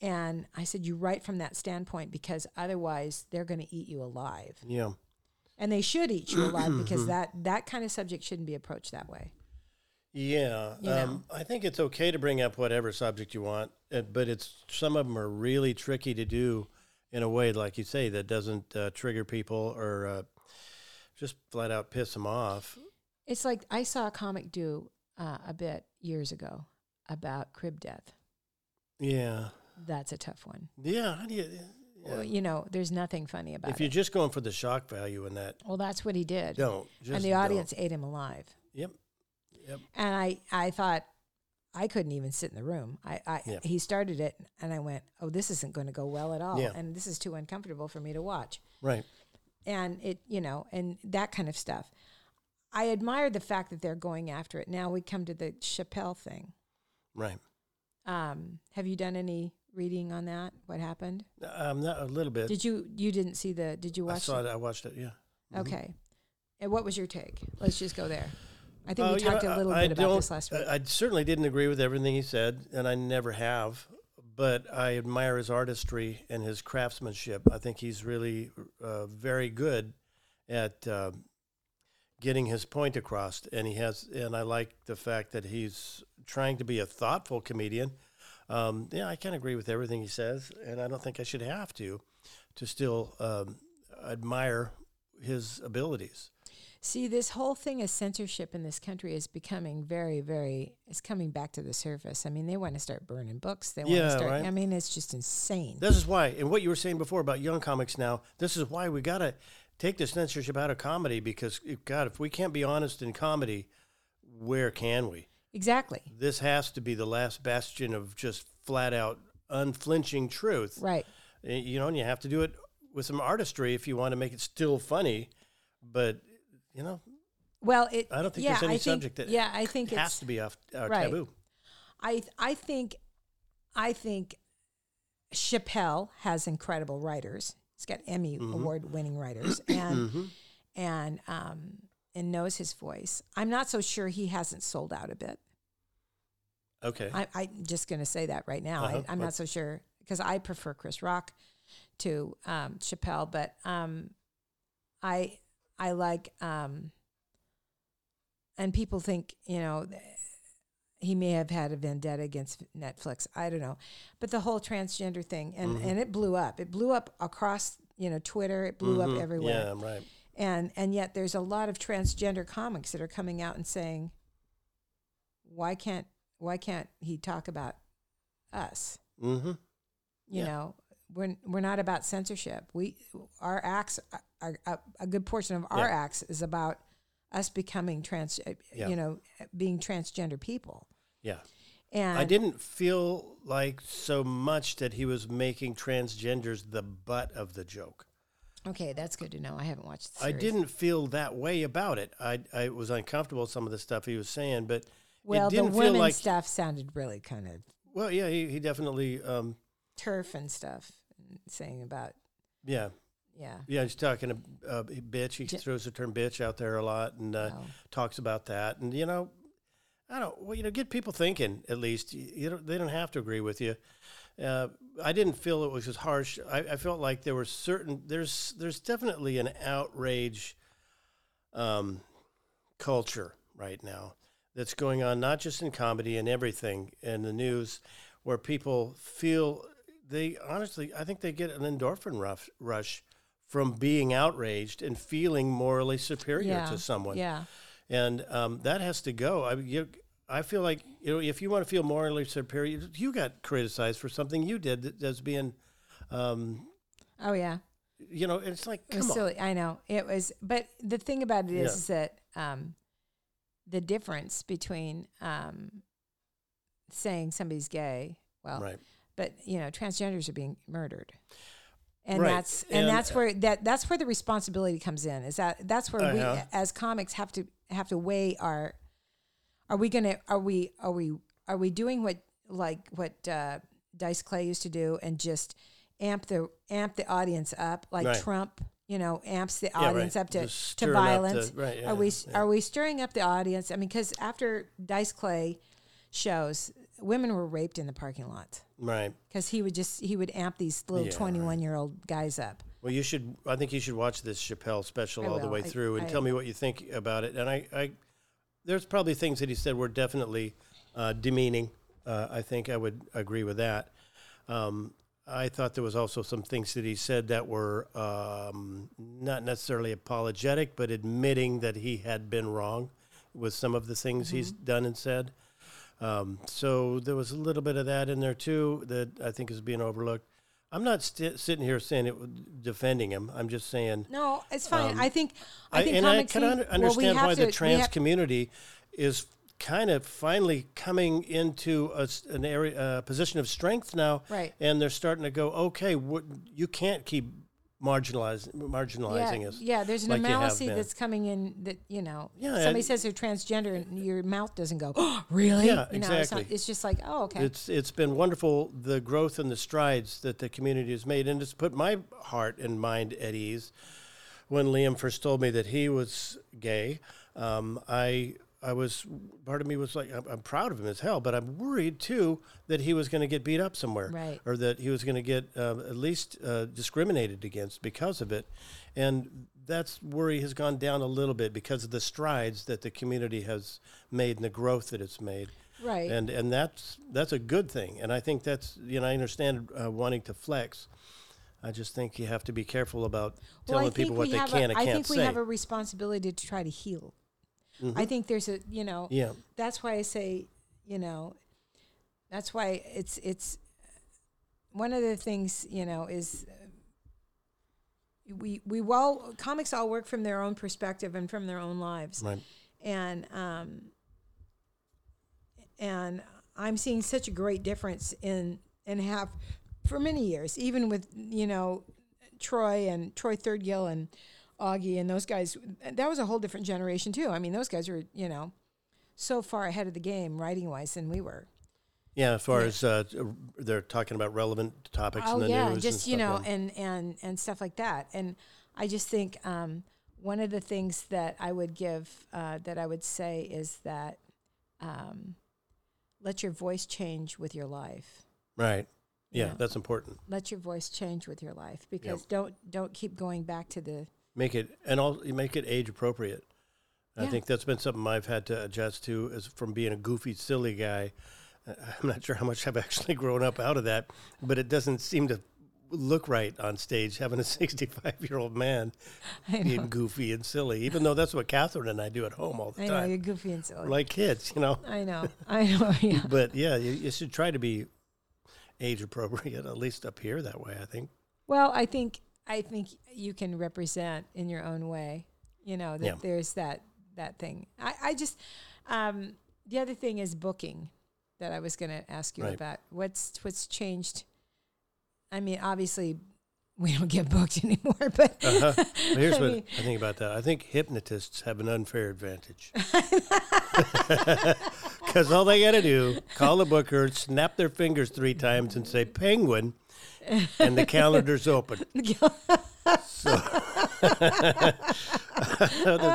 and i said you write from that standpoint because otherwise they're going to eat you alive
Yeah.
and they should eat you alive because that that kind of subject shouldn't be approached that way
Yeah,
You
um, I think it's okay to bring up whatever subject you want, uh, but it's some of them are really tricky to do in a way, like you say, that doesn't uh, trigger people or uh, just flat out piss them off.
It's like I saw a comic do uh, a bit years ago about crib death.
Yeah,
That's a tough one.
yeah. How do you, yeah.
Well, You know, there's nothing funny about
if you're
it.
just going for the shock value in that,
Well, that's what he did.
don't. Just
and the
don't.
audience ate him alive.
Yep. Yep.
And I, I thought I couldn't even sit in the room. I, I
Yeah.
he started it and I went, "Oh, this isn't going to go well at all
Yeah.
and this is too uncomfortable for me to watch."
Right.
And it, you know, and that kind of stuff. I admire the fact that they're going after it. Now we come to the Chappelle thing.
Right.
Um, have you done any reading on that? What happened?
Um, not a little bit.
Did you you didn't see the? Did you
I
watch?
saw it. I watched it. Yeah. Mhm.
Okay. And what was your take? Let's just go there. I think
Oh,
we
yeah,
talked a little bit about
don't- uh,
this last week.
I I certainly didn't agree with everything he said, and I never have. But I admire his artistry and his craftsmanship. I think he's really uh, very good at uh, getting his point across, and he has. And I like the fact that he's trying to be a thoughtful comedian. Um, yeah, I can't agree with everything he says, and I don't think I should have to. To still um, admire his abilities.
See, this whole thing of censorship in this country is becoming very, very. It's coming back to the surface. I mean, they want to start burning books. They want
Yeah,
to start.
right.
I mean, it's just insane.
This is why, and what you were saying before about young comics now, this is why we got to take the censorship out of comedy because, eh, God, if we can't be honest in comedy, where can we?
exactly.
This has to be the last bastion of just flat out unflinching truth.
Right.
Y- You know, and you have to do it with some artistry if you want to make it still funny. But, you know,
Well, it.
I don't think
yeah,
there's any
I think-
subject that
Yeah, I think
it
it's
has to be off, uh,
right.
taboo.
I th- I think I think Chappelle has incredible writers. He's got Emmy
Mm-hmm.
award winning writers and and um and knows his voice. I'm not so sure he hasn't sold out a bit.
Okay.
I, I'm just going to say that right now.
Uh-huh.
I, I'm not so sure because I prefer Chris Rock to um, Chappelle, but um, I I like um, and people think you know th- he may have had a vendetta against Netflix. I don't know, but the whole transgender thing and
Mm-hmm.
and it blew up. It blew up across you know Twitter. It blew up everywhere.
Mm-hmm. Yeah, right.
And and yet there's a lot of transgender comics that are coming out and saying, why can't why can't he talk about us?
Mm-hmm.
You
Yeah.
know, we're we're not about censorship. We our acts are a, a good portion of our
Yeah.
acts is about us becoming trans. uh,
Yeah.
You know, being transgender people.
Yeah.
And
I didn't feel like so much that he was making transgenders the butt of the joke.
Okay, that's good to know. I haven't watched. The
I
series.
didn't feel that way about it. I, I was uncomfortable with some of the stuff he was saying, but
Well,
it
the
didn't
women
feel like.
stuff sounded really kind of
Well, yeah, he, he definitely, um,
turf and stuff, and saying about
yeah,
yeah.
yeah. He's talking a uh, bitch. He
Ge-
throws the term bitch out there a lot and uh,
Wow.
talks about that. And you know, I don't. Well, you know, get people thinking. At least you, you don't, they don't have to agree with you. Uh, I didn't feel it was just harsh. I, I felt like there were certain. There's there's definitely an outrage um, culture right now that's going on, not just in comedy and everything in the news, where people feel they honestly, I think they get an endorphin rush, rush from being outraged and feeling morally superior
yeah,
to someone
Yeah,
and um, that has to go. I mean, you, I feel like you know if you want to feel morally superior, you got criticized for something you did that, that's being, um,
oh yeah.
you know, it's like
It was
come on,
silly. I know it was, but the thing about it is,
Yeah.
is that um, the difference between um, saying somebody's gay, well,
right?
but you know, transgenders are being murdered, and
Right.
that's and,
And-
that's where that that's where the responsibility comes in. Is that that's where
Uh-huh.
we as comics have to have to weigh our are we gonna are we are we are we doing what like what uh, Dice Clay used to do and just amp the amp the audience up like
Right.
Trump you know amps the
right.
audience up to,
Just
to
stirring up the-
violence
right, yeah,
are we
yeah.
are we stirring up the audience I mean because after Dice Clay shows women were raped in the parking lot
Right.
because he would just he would amp these little
Yeah, right.
21 year old guys up
Well, you should. I think you should watch this Chappelle special
I
all the
will.
way
I-
through and
I-
tell me what you think about it. And I, I there's probably things that he said were definitely uh, demeaning. Uh, I think I would agree with that. Um, I thought there was also some things that he said that were um, not necessarily apologetic, but admitting that he had been wrong with some of the things he's done and said. Um, so there was a little bit of that in there too that I think is being overlooked. I'm not sti sitting here saying it would- defending him. I'm just saying
no it's fine i think i
Um, I,
think
and I
comics
can
need-
un-
well, we
understand
have
why
to-
the
we
trans
have-
community is kind of finally coming into a, s- an area a position of strength now,
Right.
And they're starting to go, okay, what, you can't keep marginalizing marginalizing
yeah,
us.
yeah there's an
like you have
normalcy
been.
that's coming in that you know
Yeah,
somebody
and-
says they're transgender and your mouth doesn't go oh, really
Yeah,
you know, it's, not,
exactly.
it's just like oh okay
It's it's been wonderful the growth and the strides that the community has made, and it's put my heart and mind at ease. When Liam first told me that he was gay, um, I I was part of me was like I'm, I'm proud of him as hell, but I'm worried too that he was going to get beat up somewhere,
Right.
or that he was going to get uh, at least uh, discriminated against because of it, and that's worry has gone down a little bit because of the strides that the community has made and the growth that it's made
right
and and that's that's a good thing and i think that's you know i understand uh, wanting to flex i just think you have to be careful about telling people what they
have
can
a,
and
I
can't
think we
say Mm-hmm.
have a responsibility to try to heal i think there's a you know
yeah
that's why I say, you know, that's why it's it's one of the things you know is uh, we we all comics all work from their own perspective and from their own lives,
right
and um, and I'm seeing such a great difference in and have for many years, even with you know Troy and Troy Thirdgill and Augie and those guys. That was a whole different generation too. I mean, those guys were you know so far ahead of the game writing wise than we were.
yeah as far
Yeah.
as uh, they're talking about relevant topics in
oh
the
yeah,
news
just
and
you
stuff,
know,
yeah.
and and and stuff like that. And I just think um, one of the things that I would give uh, that I would say is that um, let your voice change with your life.
right yeah,
Yeah.
that's important
Let your voice change with your life because don't don't keep going back to the
make it and all make it age appropriate And I
Yeah.
think that's been something I've had to adjust to is from being a goofy, silly guy. Uh, I'm not sure how much I've actually grown up out of that, but it doesn't seem to look right on stage having a 65 year old man
I
being
know.
goofy and silly, even though that's what Catherine and I do at home all the
I know
time.
you're goofy and silly.
We're like kids, you know.
I know. I know. Yeah.
But yeah, you, you should try to be age appropriate, at least up here that way, I think.
Well, I think I think you can represent in your own way. You know that
Yeah.
there's that that thing. I I just um, the other thing is booking that I was going to ask you
Right.
about. What's what's changed? I mean, obviously we don't get booked anymore, but
Uh-huh. Well, Here's
I
what
mean-
I think about that. I think hypnotists have an unfair advantage. Because all they got to do, call a booker, snap their fingers three times, and say penguin, and the calendar's open. so, other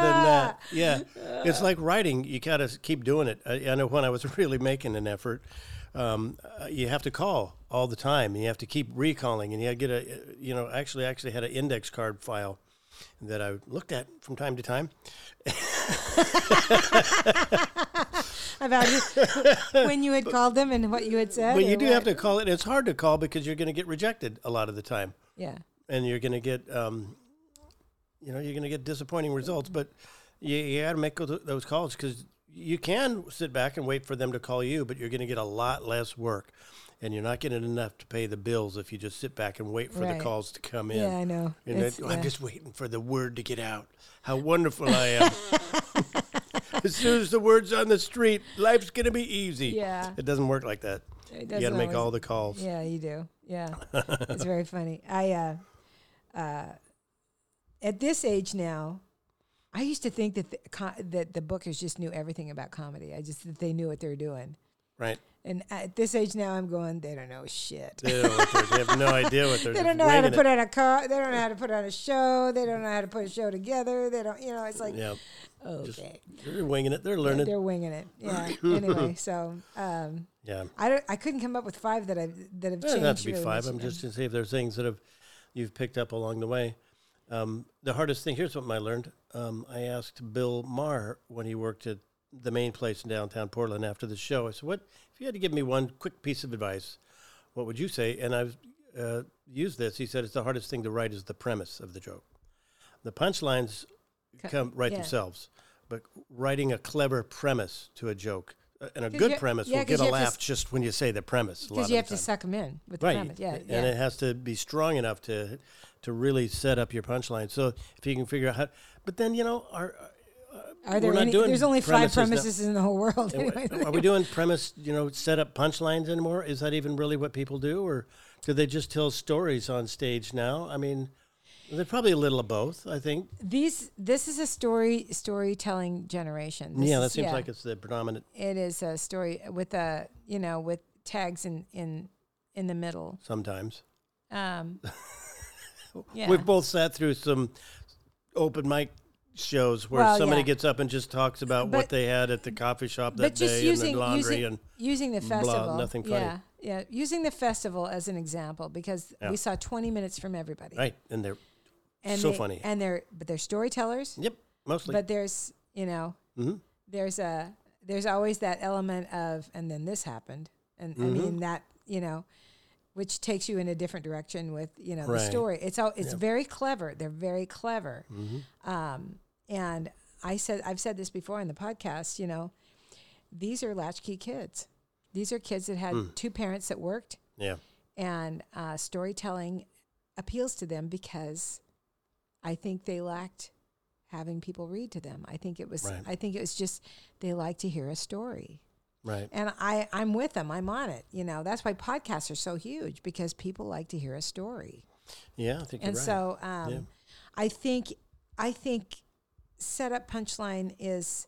than that, yeah, it's like writing. You got to keep doing it. I, I know when I was really making an effort, um, uh, you have to call all the time, and you have to keep recalling, and you gotta get a, uh, you know, actually, I actually had an index card file that I looked at from time to time.
about it, when you had called them and what you had said.
But
or
you do
what?
have to call it. It's hard to call because you're going to get rejected a lot of the time.
Yeah.
and you're going to get, um, you know, you're going to get disappointing results. But you, you got to make tho- those calls because you can sit back and wait for them to call you, but you're going to get a lot less work, and you're not getting enough to pay the bills if you just sit back and wait for
Right.
the calls to come in.
Yeah, I know.
And
It's-
that, "Oh, I'm
yeah.
just waiting for the word to get out. How wonderful I am. as soon as the word's on the street, life's going to be easy.
Yeah.
It doesn't work like that.
It
You got to
doesn't
make
always-
all the calls.
Yeah, you do. Yeah, it's very funny. I uh, uh, at this age now, I used to think that the, co that the bookers just knew everything about comedy. I just that they knew what they were doing.
Right.
And at this age now, I'm going. They don't know shit.
They, don't know what they're- they have no idea what they're
They
just
don't know how to
winging it.
put on a car. They don't know how to put on a show. They don't know how to put a show together. They don't. You know, it's like
Yeah, just-
okay,
they're winging it. They're learning.
they're winging it. Yeah. anyway, so um,
yeah,
I don't. I couldn't come up with five that I that have
Eh,
changed.
not to be
really
five.
much.
I'm just to see if there's things that have you've picked up along the way. Um, the hardest thing here's something I learned. Um, I asked Bill Maher when he worked at the main place in downtown Portland after the show. I said, "What if you had to give me one quick piece of advice? What would you say?" And I've uh, used this. He said, "It's the hardest thing to write is the premise of the joke. The punchlines
Co-
come right
yeah.
themselves, but writing a clever premise to a joke." uh, And a
'Cause
good
you-
premise
yeah,
will
'cause
get
you
a
have to
laugh
s-
just when you say the premise. a lot
because you
of
have
the
to
time.
suck them in with the
right
premise. Yeah,
and
yeah.
it has to be strong enough to to really set up your punchline so if you can figure out how but then you know are
Are there
we're not
any?
doing
There's only five
premises
premises in the whole world. Anyway.
are we doing premise you know set up punchlines anymore is that even really what people do or do they just tell stories on stage now i mean they're probably a little of both i think
These. This is a story storytelling generation. This
yeah that
is-
seems like it's the predominant
it is a story with a you know with tags in in in the middle.
sometimes
Um, yeah.
we've both sat through some open mic shows where
Well,
somebody
yeah.
gets up and just talks about what
But-
they had at the coffee shop that
but just
day
using
and their laundry
using,
and
using the
blah,
festival,
nothing funny.
yeah, yeah, using the festival as an example because
Yeah.
we saw 20 minutes from everybody,
right and they're
And
so
they-
funny.
and they're but they're storytellers,
Yep, mostly.
but there's you know
Mhm.
there's a there's always that element of and then this happened and I mean that you know which takes you in a different direction with you know
Right.
the story it's all it's very clever they're very clever um, and I said I've said this before in the podcast you know these are latchkey kids these are kids that had two parents that worked
yeah,
and uh, storytelling appeals to them because I think they lacked having people read to them. I think it was
Right.
I think it was just they like to hear a story.
right.
And I I'm with them. I'm on it. You know, that's why podcasts are so huge because people like to hear a story.
Yeah, I think
And
you're right.
so um,
Yeah.
I think I think setup punchline is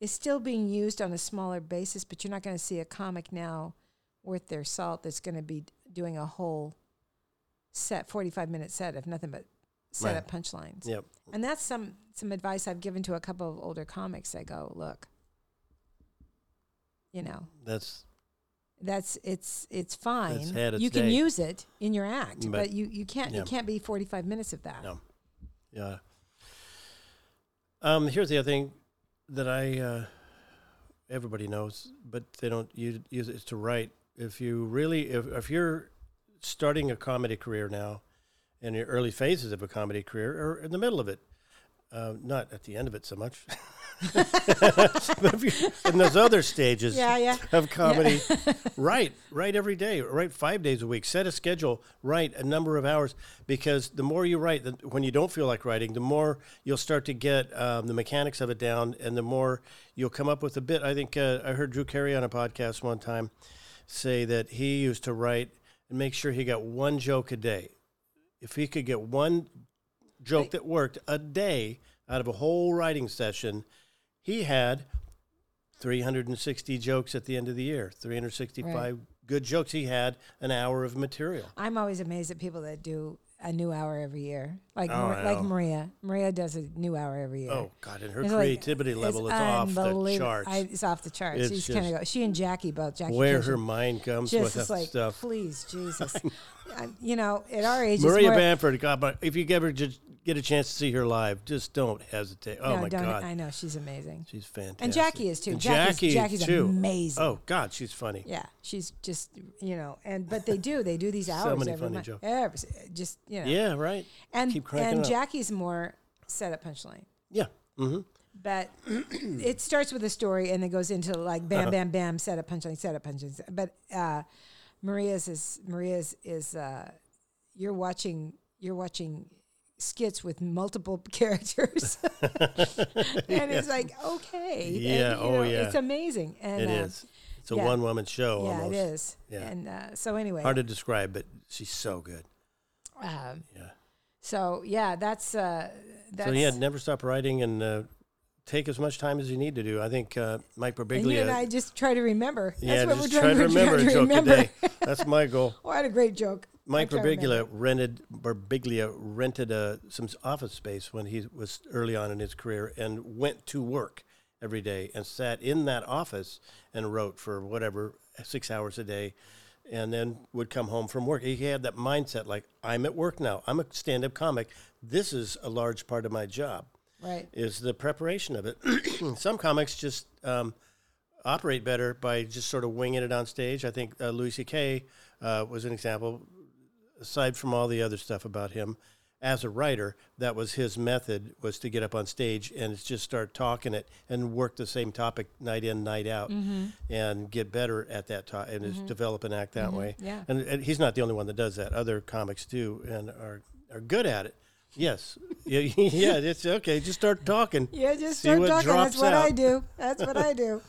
is still being used on a smaller basis, but you're not going to see a comic now worth their salt that's going to be doing a whole set 45 minute set of nothing but setup up punchlines.
yep.
And that's some some advice I've given to a couple of older comics. I go, look, you know,
That's
that's it's it's fine.
had its
you can
day.
use it in your act,
But-
but, you you can't
yeah.
it can't be 45 minutes of that.
no. Yeah. Um, here's the other thing that I uh, everybody knows, but they don't u- use it. It's to write. If you really, if, if you're starting a comedy career now, in your early phases of a comedy career, or in the middle of it, uh, not at the end of it so much. but if you in those other stages
Yeah, yeah.
of comedy, write, write every day, write five days a week, set a schedule, write a number of hours because the more you write, the, when you don't feel like writing, the more you'll start to get um, the mechanics of it down and the more you'll come up with a bit. I think uh, I heard Drew Carey on a podcast one time say that he used to write and make sure he got one joke a day. If he could get one joke that worked a day out of a whole writing session, he had 360 jokes at the end of the year, 365 good jokes. He had an hour of material.
I'm always amazed at people that do a new hour every year, like
Oh,
Mar-
I
like
know.
Maria. Maria does a new hour every year.
Oh, God. And her
It's like-
creativity
it's
level is off the
unbelievable.
charts.
I, it's off the charts.
It's
She's kind
just
of go. She and Jackie both. Jackie
Where
Keshner.
her mind comes
just
with that
is like,
stuff.
please, Jesus. I, you know, at our age,
Maria
it's more,
Bamford, God, but if you ever just get a chance to see her live, just don't hesitate. Oh,
no,
my
don't-
God.
I know she's amazing,
she's fantastic.
and Jackie is too.
And
Jackie's,
Jackie,
Jackie's
too.
amazing.
Oh, God, she's funny.
Yeah, she's just you know, and but they do they do these hours
many
every
funny
month.
jokes.
Every, just you know,
Yeah, right.
and
Keep cranking
and
up.
Jackie's more set up punchline.
Yeah. Mm-hmm.
But it starts with a story and then goes into like
Uh-huh.
bam, bam, bam, set up punchline, set up punchline. set- But uh, Maria's is Maria's is uh, you're watching you're watching skits with multiple characters, and it's like okay, and,
Yeah,
you
oh,
know,
yeah.
it's amazing, and
It
uh,
is. It's a
yeah.
one woman show
yeah,
almost.
it is,
Yeah.
and uh, so anyway,
Hard to describe, but she's so good.
um,
Yeah.
so yeah, that's uh, that's
so yeah, never stop writing and uh, take as much time as you need to do. I think uh, Mike Birbiglia.
and you and I just try to remember.
yeah,
that's what
just
we're
try
trying
to remember
trying
a
to
joke
remember.
today. That's my goal.
What a great joke.
Mike
I try to remember.
Birbiglia rented Birbiglia rented uh, some office space when he was early on in his career and went to work every day and sat in that office and wrote for whatever six hours a day, and then would come home from work. He had that mindset like I'm at work now. I'm a stand up comic. This is a large part of my job
Right.
is the preparation of it. Some comics just um, operate better by just sort of winging it on stage. I think uh, Louis C.K. Uh, was an example. Aside from all the other stuff about him, as a writer, that was his method: was to get up on stage and just start talking it and work the same topic night in, night out, and get better at that topic and just develop an act that way.
Yeah.
And, and he's not the only one that does that. Other comics do and are are good at it. Yes. yeah, yeah, it's okay. Just start talking.
Yeah, just
See
start
what
talking.
drops
That's what I
out.
do. That's what I do.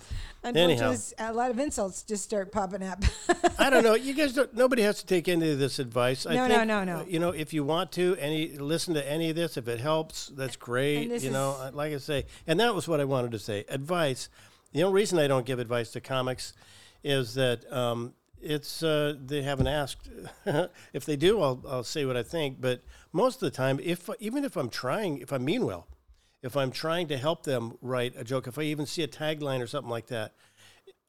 Anyhow.
Unfortunately, it's- a lot of insults just start popping up.
I don't know. You guys don't. Nobody has to take any of this advice. I
No, no,
think,
no, no.
uh, You know, if you want to, any listen to any of this. If it helps, that's great.
this
You know,
is-
I- like I say, and that was what I wanted to say. Advice. The only reason I don't give advice to comics is that um, it's uh, they haven't asked. if they do, I'll I'll say what I think. But most of the time, if even if I'm trying, if I mean well, if I'm trying to help them write a joke, if I even see a tagline or something like that,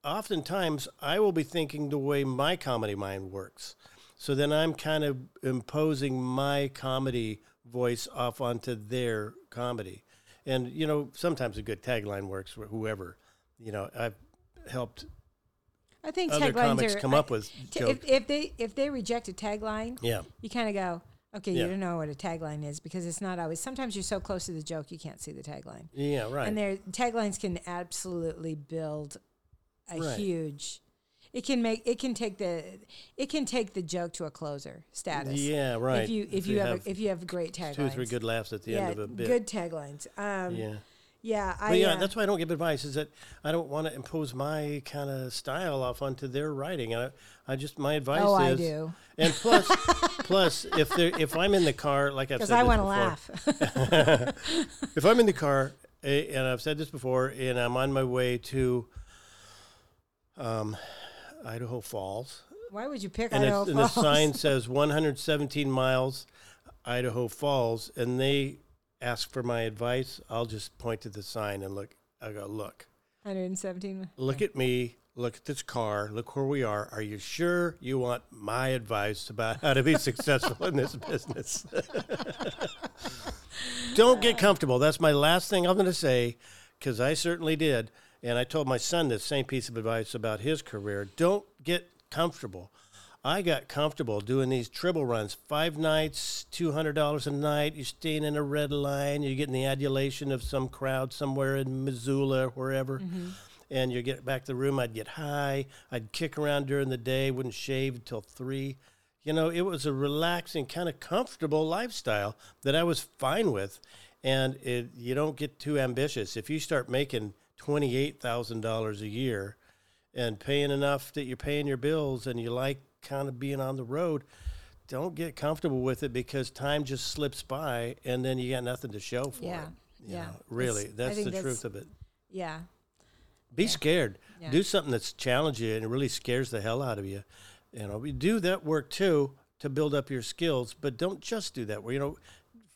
oftentimes I will be thinking the way my comedy mind works. So then I'm kind of imposing my comedy voice off onto their comedy. And, you know, sometimes a good tagline works for whoever. You know, I've helped
I think
other
taglines
comics
are
come up with
t-
jokes.
if, if they if they reject a tagline,
Yeah.
you kind of go, okay,
Yeah.
you don't know what a tagline is because it's not always. Sometimes you're so close to the joke you can't see the tagline,
Yeah, right.
and their taglines can absolutely build a
Right.
huge. It can make it can take the it can take the joke to a closer status.
Yeah, right.
If you if, you, have, a, if you have great taglines,
two or three good laughs at the
yeah,
end of a bit.
good taglines. Um, yeah,
Yeah.
I
But yeah,
uh,
that's why I don't give advice. Is that I don't want to impose my kind of style off onto their writing. I, I just my advice
Oh, I
is.
do.
And plus, plus if there if I'm in the car, like I've said,
because I
this
want to
before,
laugh.
If I'm in the car, eh, and I've said this before, and I'm on my way to, um, Idaho Falls,
Why would you pick
and,
Idaho
it's, and the
Falls?
sign says 117 miles, Idaho Falls, and they ask for my advice. I'll just point to the sign and look. I go look.
117.
look at me look at this car, look where we are. Are you sure you want my advice about how to be successful in this business? Don't get comfortable. That's my last thing I'm going to say because I certainly did. And I told my son this same piece of advice about his career. Don't get comfortable. I got comfortable doing these triple runs, five nights, two hundred dollars a night. You're staying in a red line. You're getting the adulation of some crowd somewhere in Missoula, wherever. And you get back to the room. I'd get high. I'd kick around during the day. Wouldn't shave until three. You know, it was a relaxing, kind of comfortable lifestyle that I was fine with. And it, you don't get too ambitious. If you start making twenty eight thousand dollars a year, and paying enough that you're paying your bills and you like kind of being on the road, don't get comfortable with it because time just slips by and then you got nothing to show for
Yeah.
it. you
Yeah.
know. really,
It's- I
that's the
think that's-
truth of it.
Yeah.
Be scared.
Yeah.
Do something that's challenging and really scares the hell out of you. You know, we do that work too to build up your skills, but don't just do that. Where you know,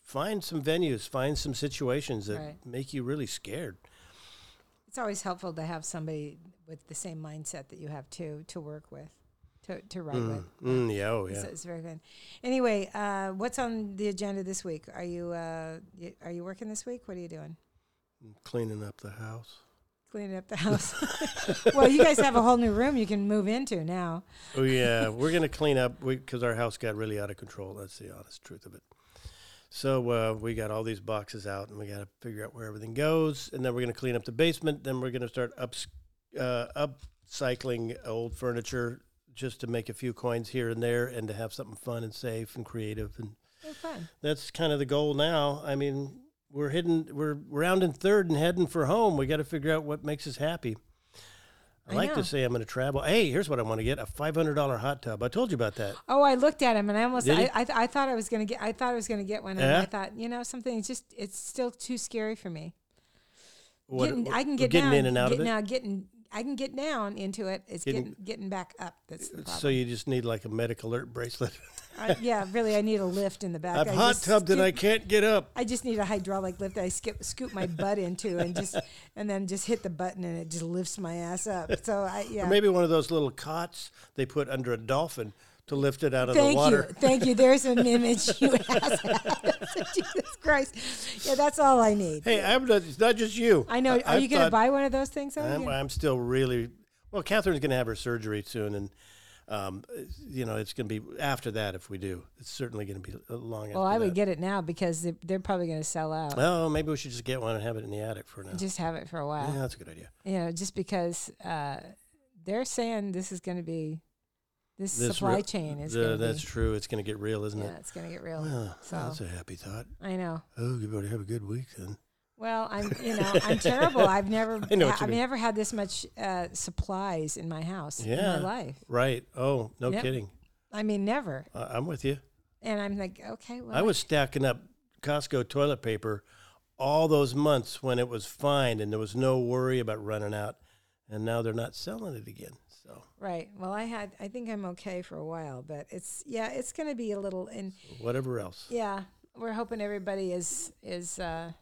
find some venues, find some situations that
Right.
make you really scared.
It's always helpful to have somebody with the same mindset that you have too to work with, to, to ride with.
Mm, yeah, oh yeah.
So it's very good. Anyway, uh, what's on the agenda this week? Are you uh, y- are you working this week? What are you doing?
Cleaning up the house.
Cleaning up the house. well, you guys have a whole new room you can move into now.
Oh yeah, we're gonna clean up because our house got really out of control. That's the honest truth of it. So uh, we got all these boxes out, and we got to figure out where everything goes, and then we're gonna clean up the basement. Then we're gonna start up uh, upcycling old furniture just to make a few coins here and there, and to have something fun and safe and creative. And
Oh, fun.
that's kind of the goal now. I mean, we're hitting, we're rounding third and heading for home. We got to figure out what makes us happy. I,
I
like
know.
to say I'm going to travel. Hey, here's what I want to get: a $500 hot tub. I told you about that.
Oh, I looked at him and I almost
Did
I,
you?
I, I thought I was gonna get I thought I was gonna get one and
Yeah?
I thought you know something it's just it's still too scary for me.
What-
getting, I can
we're
get
getting
down,
in and out
getting
of it.
Now getting I can get down into it. It's
Getting-
getting getting, back up. That's the problem.
So you just need like a medic alert bracelet.
I, yeah, really, I need a lift in the back.
I've
I
hot
just
tubbed and
scoop-
I can't get up.
I just need a hydraulic lift that I skip, scoop my butt into and just and then just hit the button and it just lifts my ass up. So I yeah.
Or maybe one of those little cots they put under a dolphin to lift it out of the
Thank you,
water.
thank you. There's an image you asked. Jesus Christ, yeah, that's all I need.
Hey, I'm not, it's not just you.
I know.
I-
Are
I've
you going to
thought-
buy one of those things? Are you
I'm,
gonna-
I'm still really well. Catherine's going to have her surgery soon, and um, you know it's going to be after that. If we do, it's certainly going to be uh, long.
well,
after
I would
that.
get it now because they're, they're probably going to sell out.
Oh, maybe we should just get one and have it in the attic for now.
Just uh, have it for a while.
yeah, that's a good idea.
you know, just because uh, they're saying this is going to be this,
This
supply
re-
chain is
the-
going to
that's
be
true. It's going to get real, isn't
yeah,
it?
it's going to get real.
Well,
so
that's a happy thought.
I know.
Oh, you better have a good week then.
Well, I'm you know I'm terrible. I've never
I know what
ha-
you
I've
mean.
never had this much uh, supplies in my house in
Yeah.
my life.
Right. Oh, no
Yep.
kidding.
I mean, never.
I, I'm with you.
And I'm like, okay, well,
I was stacking up Costco toilet paper all those months when it was fine and there was no worry about running out. And now they're not selling it again. So
right. Well, I had. I think I'm okay for a while, but it's yeah, it's going to be a little and
whatever else.
Yeah, we're hoping everybody is is uh,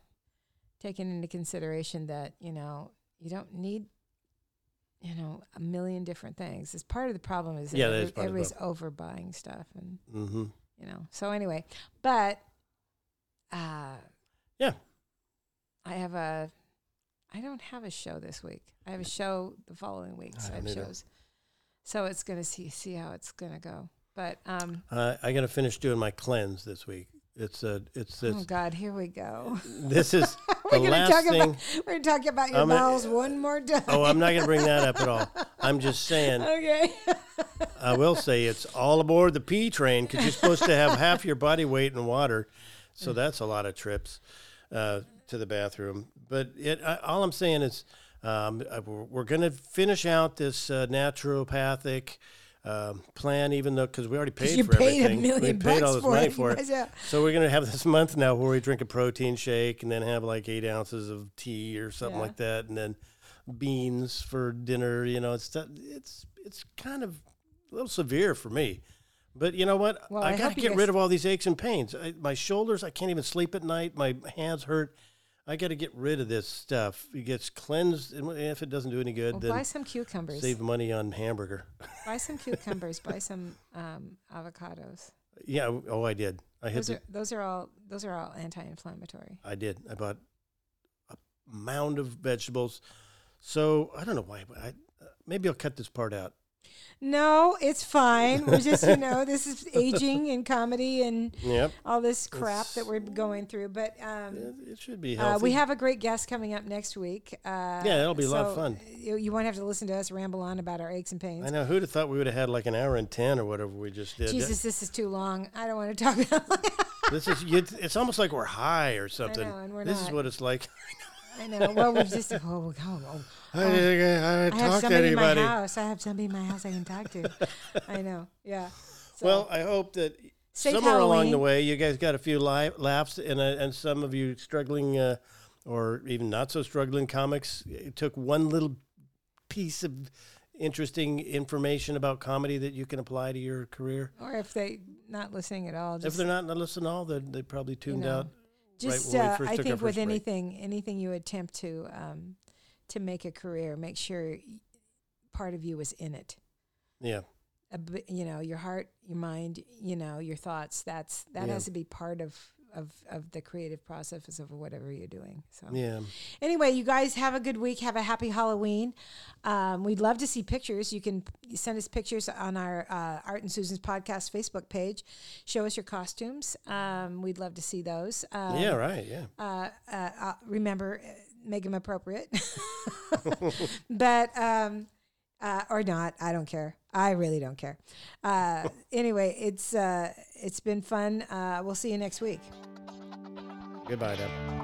taking into consideration that you know you don't need you know a million different things. It's part of the problem is that
Yeah, that is
every-
part of the
everybody's overbuying stuff, and
Mm-hmm.
you know. So anyway, but uh,
Yeah.
I have a I don't have a show this week. I have a show the following week.
I
So I have
don't either.
shows, so it's gonna see see how it's gonna go. But um,
Uh, I got to finish doing my cleanse this week. It's a, it's,
oh
it's
God, here we go.
this is
Oh, We're
the
gonna
last
talk
thing.
about we're gonna talk about your
I'm a-
bowels one more time.
oh, I'm not going to bring that up at all. I'm just saying,
okay.
I will say it's all aboard the P train because you're supposed to have half your body weight in water, so that's a lot of trips uh, to the bathroom. But it, I, all I'm saying is, um, I- we're, we're going to finish out this uh, naturopathic um, plan, even though because we already paid
you
for
paid a
everything, we
million
paid all
bucks
this
for
money
it, you
for
might
it.
as well.
So we're going to have this month now where we drink a protein shake and then have like eight ounces of tea or something
Yeah.
like that, and then beans for dinner. You know, it's it's it's kind of a little severe for me. But you know what?
Well,
I,
I
got
hope
to
you
get
guys-
rid of all these aches and pains. I, my shoulders, I can't even sleep at night. My hands hurt. I got to get rid of this stuff. It gets cleansed, and if it doesn't do any good,
Well,
then
buy some cucumbers.
save money on hamburger.
Buy some cucumbers. buy some um, avocados.
yeah. Oh, I did. I hit.
Those
The,
are those are all those are all anti-inflammatory.
I did. I bought a mound of vegetables. So I don't know why, but I uh, maybe I'll cut this part out.
No, it's fine. We're just you know this is aging and comedy and
Yep.
all this crap
It's-
that we're going through. But um,
It, it should be healthy.
uh, we have a great guest coming up next week. Uh,
Yeah, that'll be a lot of fun.
You, you won't have to listen to us ramble on about our aches and pains.
I know. Who'd have thought we would have had like an hour and ten or whatever we just did?
Jesus, this is too long. I don't want to talk about.
This is. It's, it's almost like we're high or something.
know, and we're
this is
not.
what it's like.
I know. Well, we just oh, oh, oh,
I didn't, I
I
didn't
have
talk to
somebody in my
anybody.
house. I have somebody in my house I can talk to. I know. Yeah. So,
Well, I hope that
Safe
somewhere along the
Halloween.
way, you guys got a few li- laughs, and uh, and some of you struggling uh, or even not so struggling comics uh, took one little piece of interesting information about comedy that you can apply to your career.
or if they not listening at all,
If
just
they're not listening all, they they probably tuned
know.
out.
just
when we
uh,
first
I
took our
think with
first break.
anything, anything you attempt to um, to make a career, make sure y- part of you is in it.
Yeah,
A bi- you know, your heart, your mind, you know, your thoughts. That's that
Yeah.
has to be part of. Of, of the creative process of whatever you're doing. So
yeah.
anyway, you guys have a good week. Have a happy Halloween. Um, we'd love to see pictures. You can p- send us pictures on our uh, Art and Susan's podcast Facebook page. Show us your costumes. Um, we'd love to see those. Um,
yeah, right. Yeah.
uh, uh, uh, remember, uh, make them appropriate, but um, uh, or not. I don't care. I really don't care. Uh, anyway, it's uh, it's been fun. Uh, we'll see you next week.
Goodbye, Deb.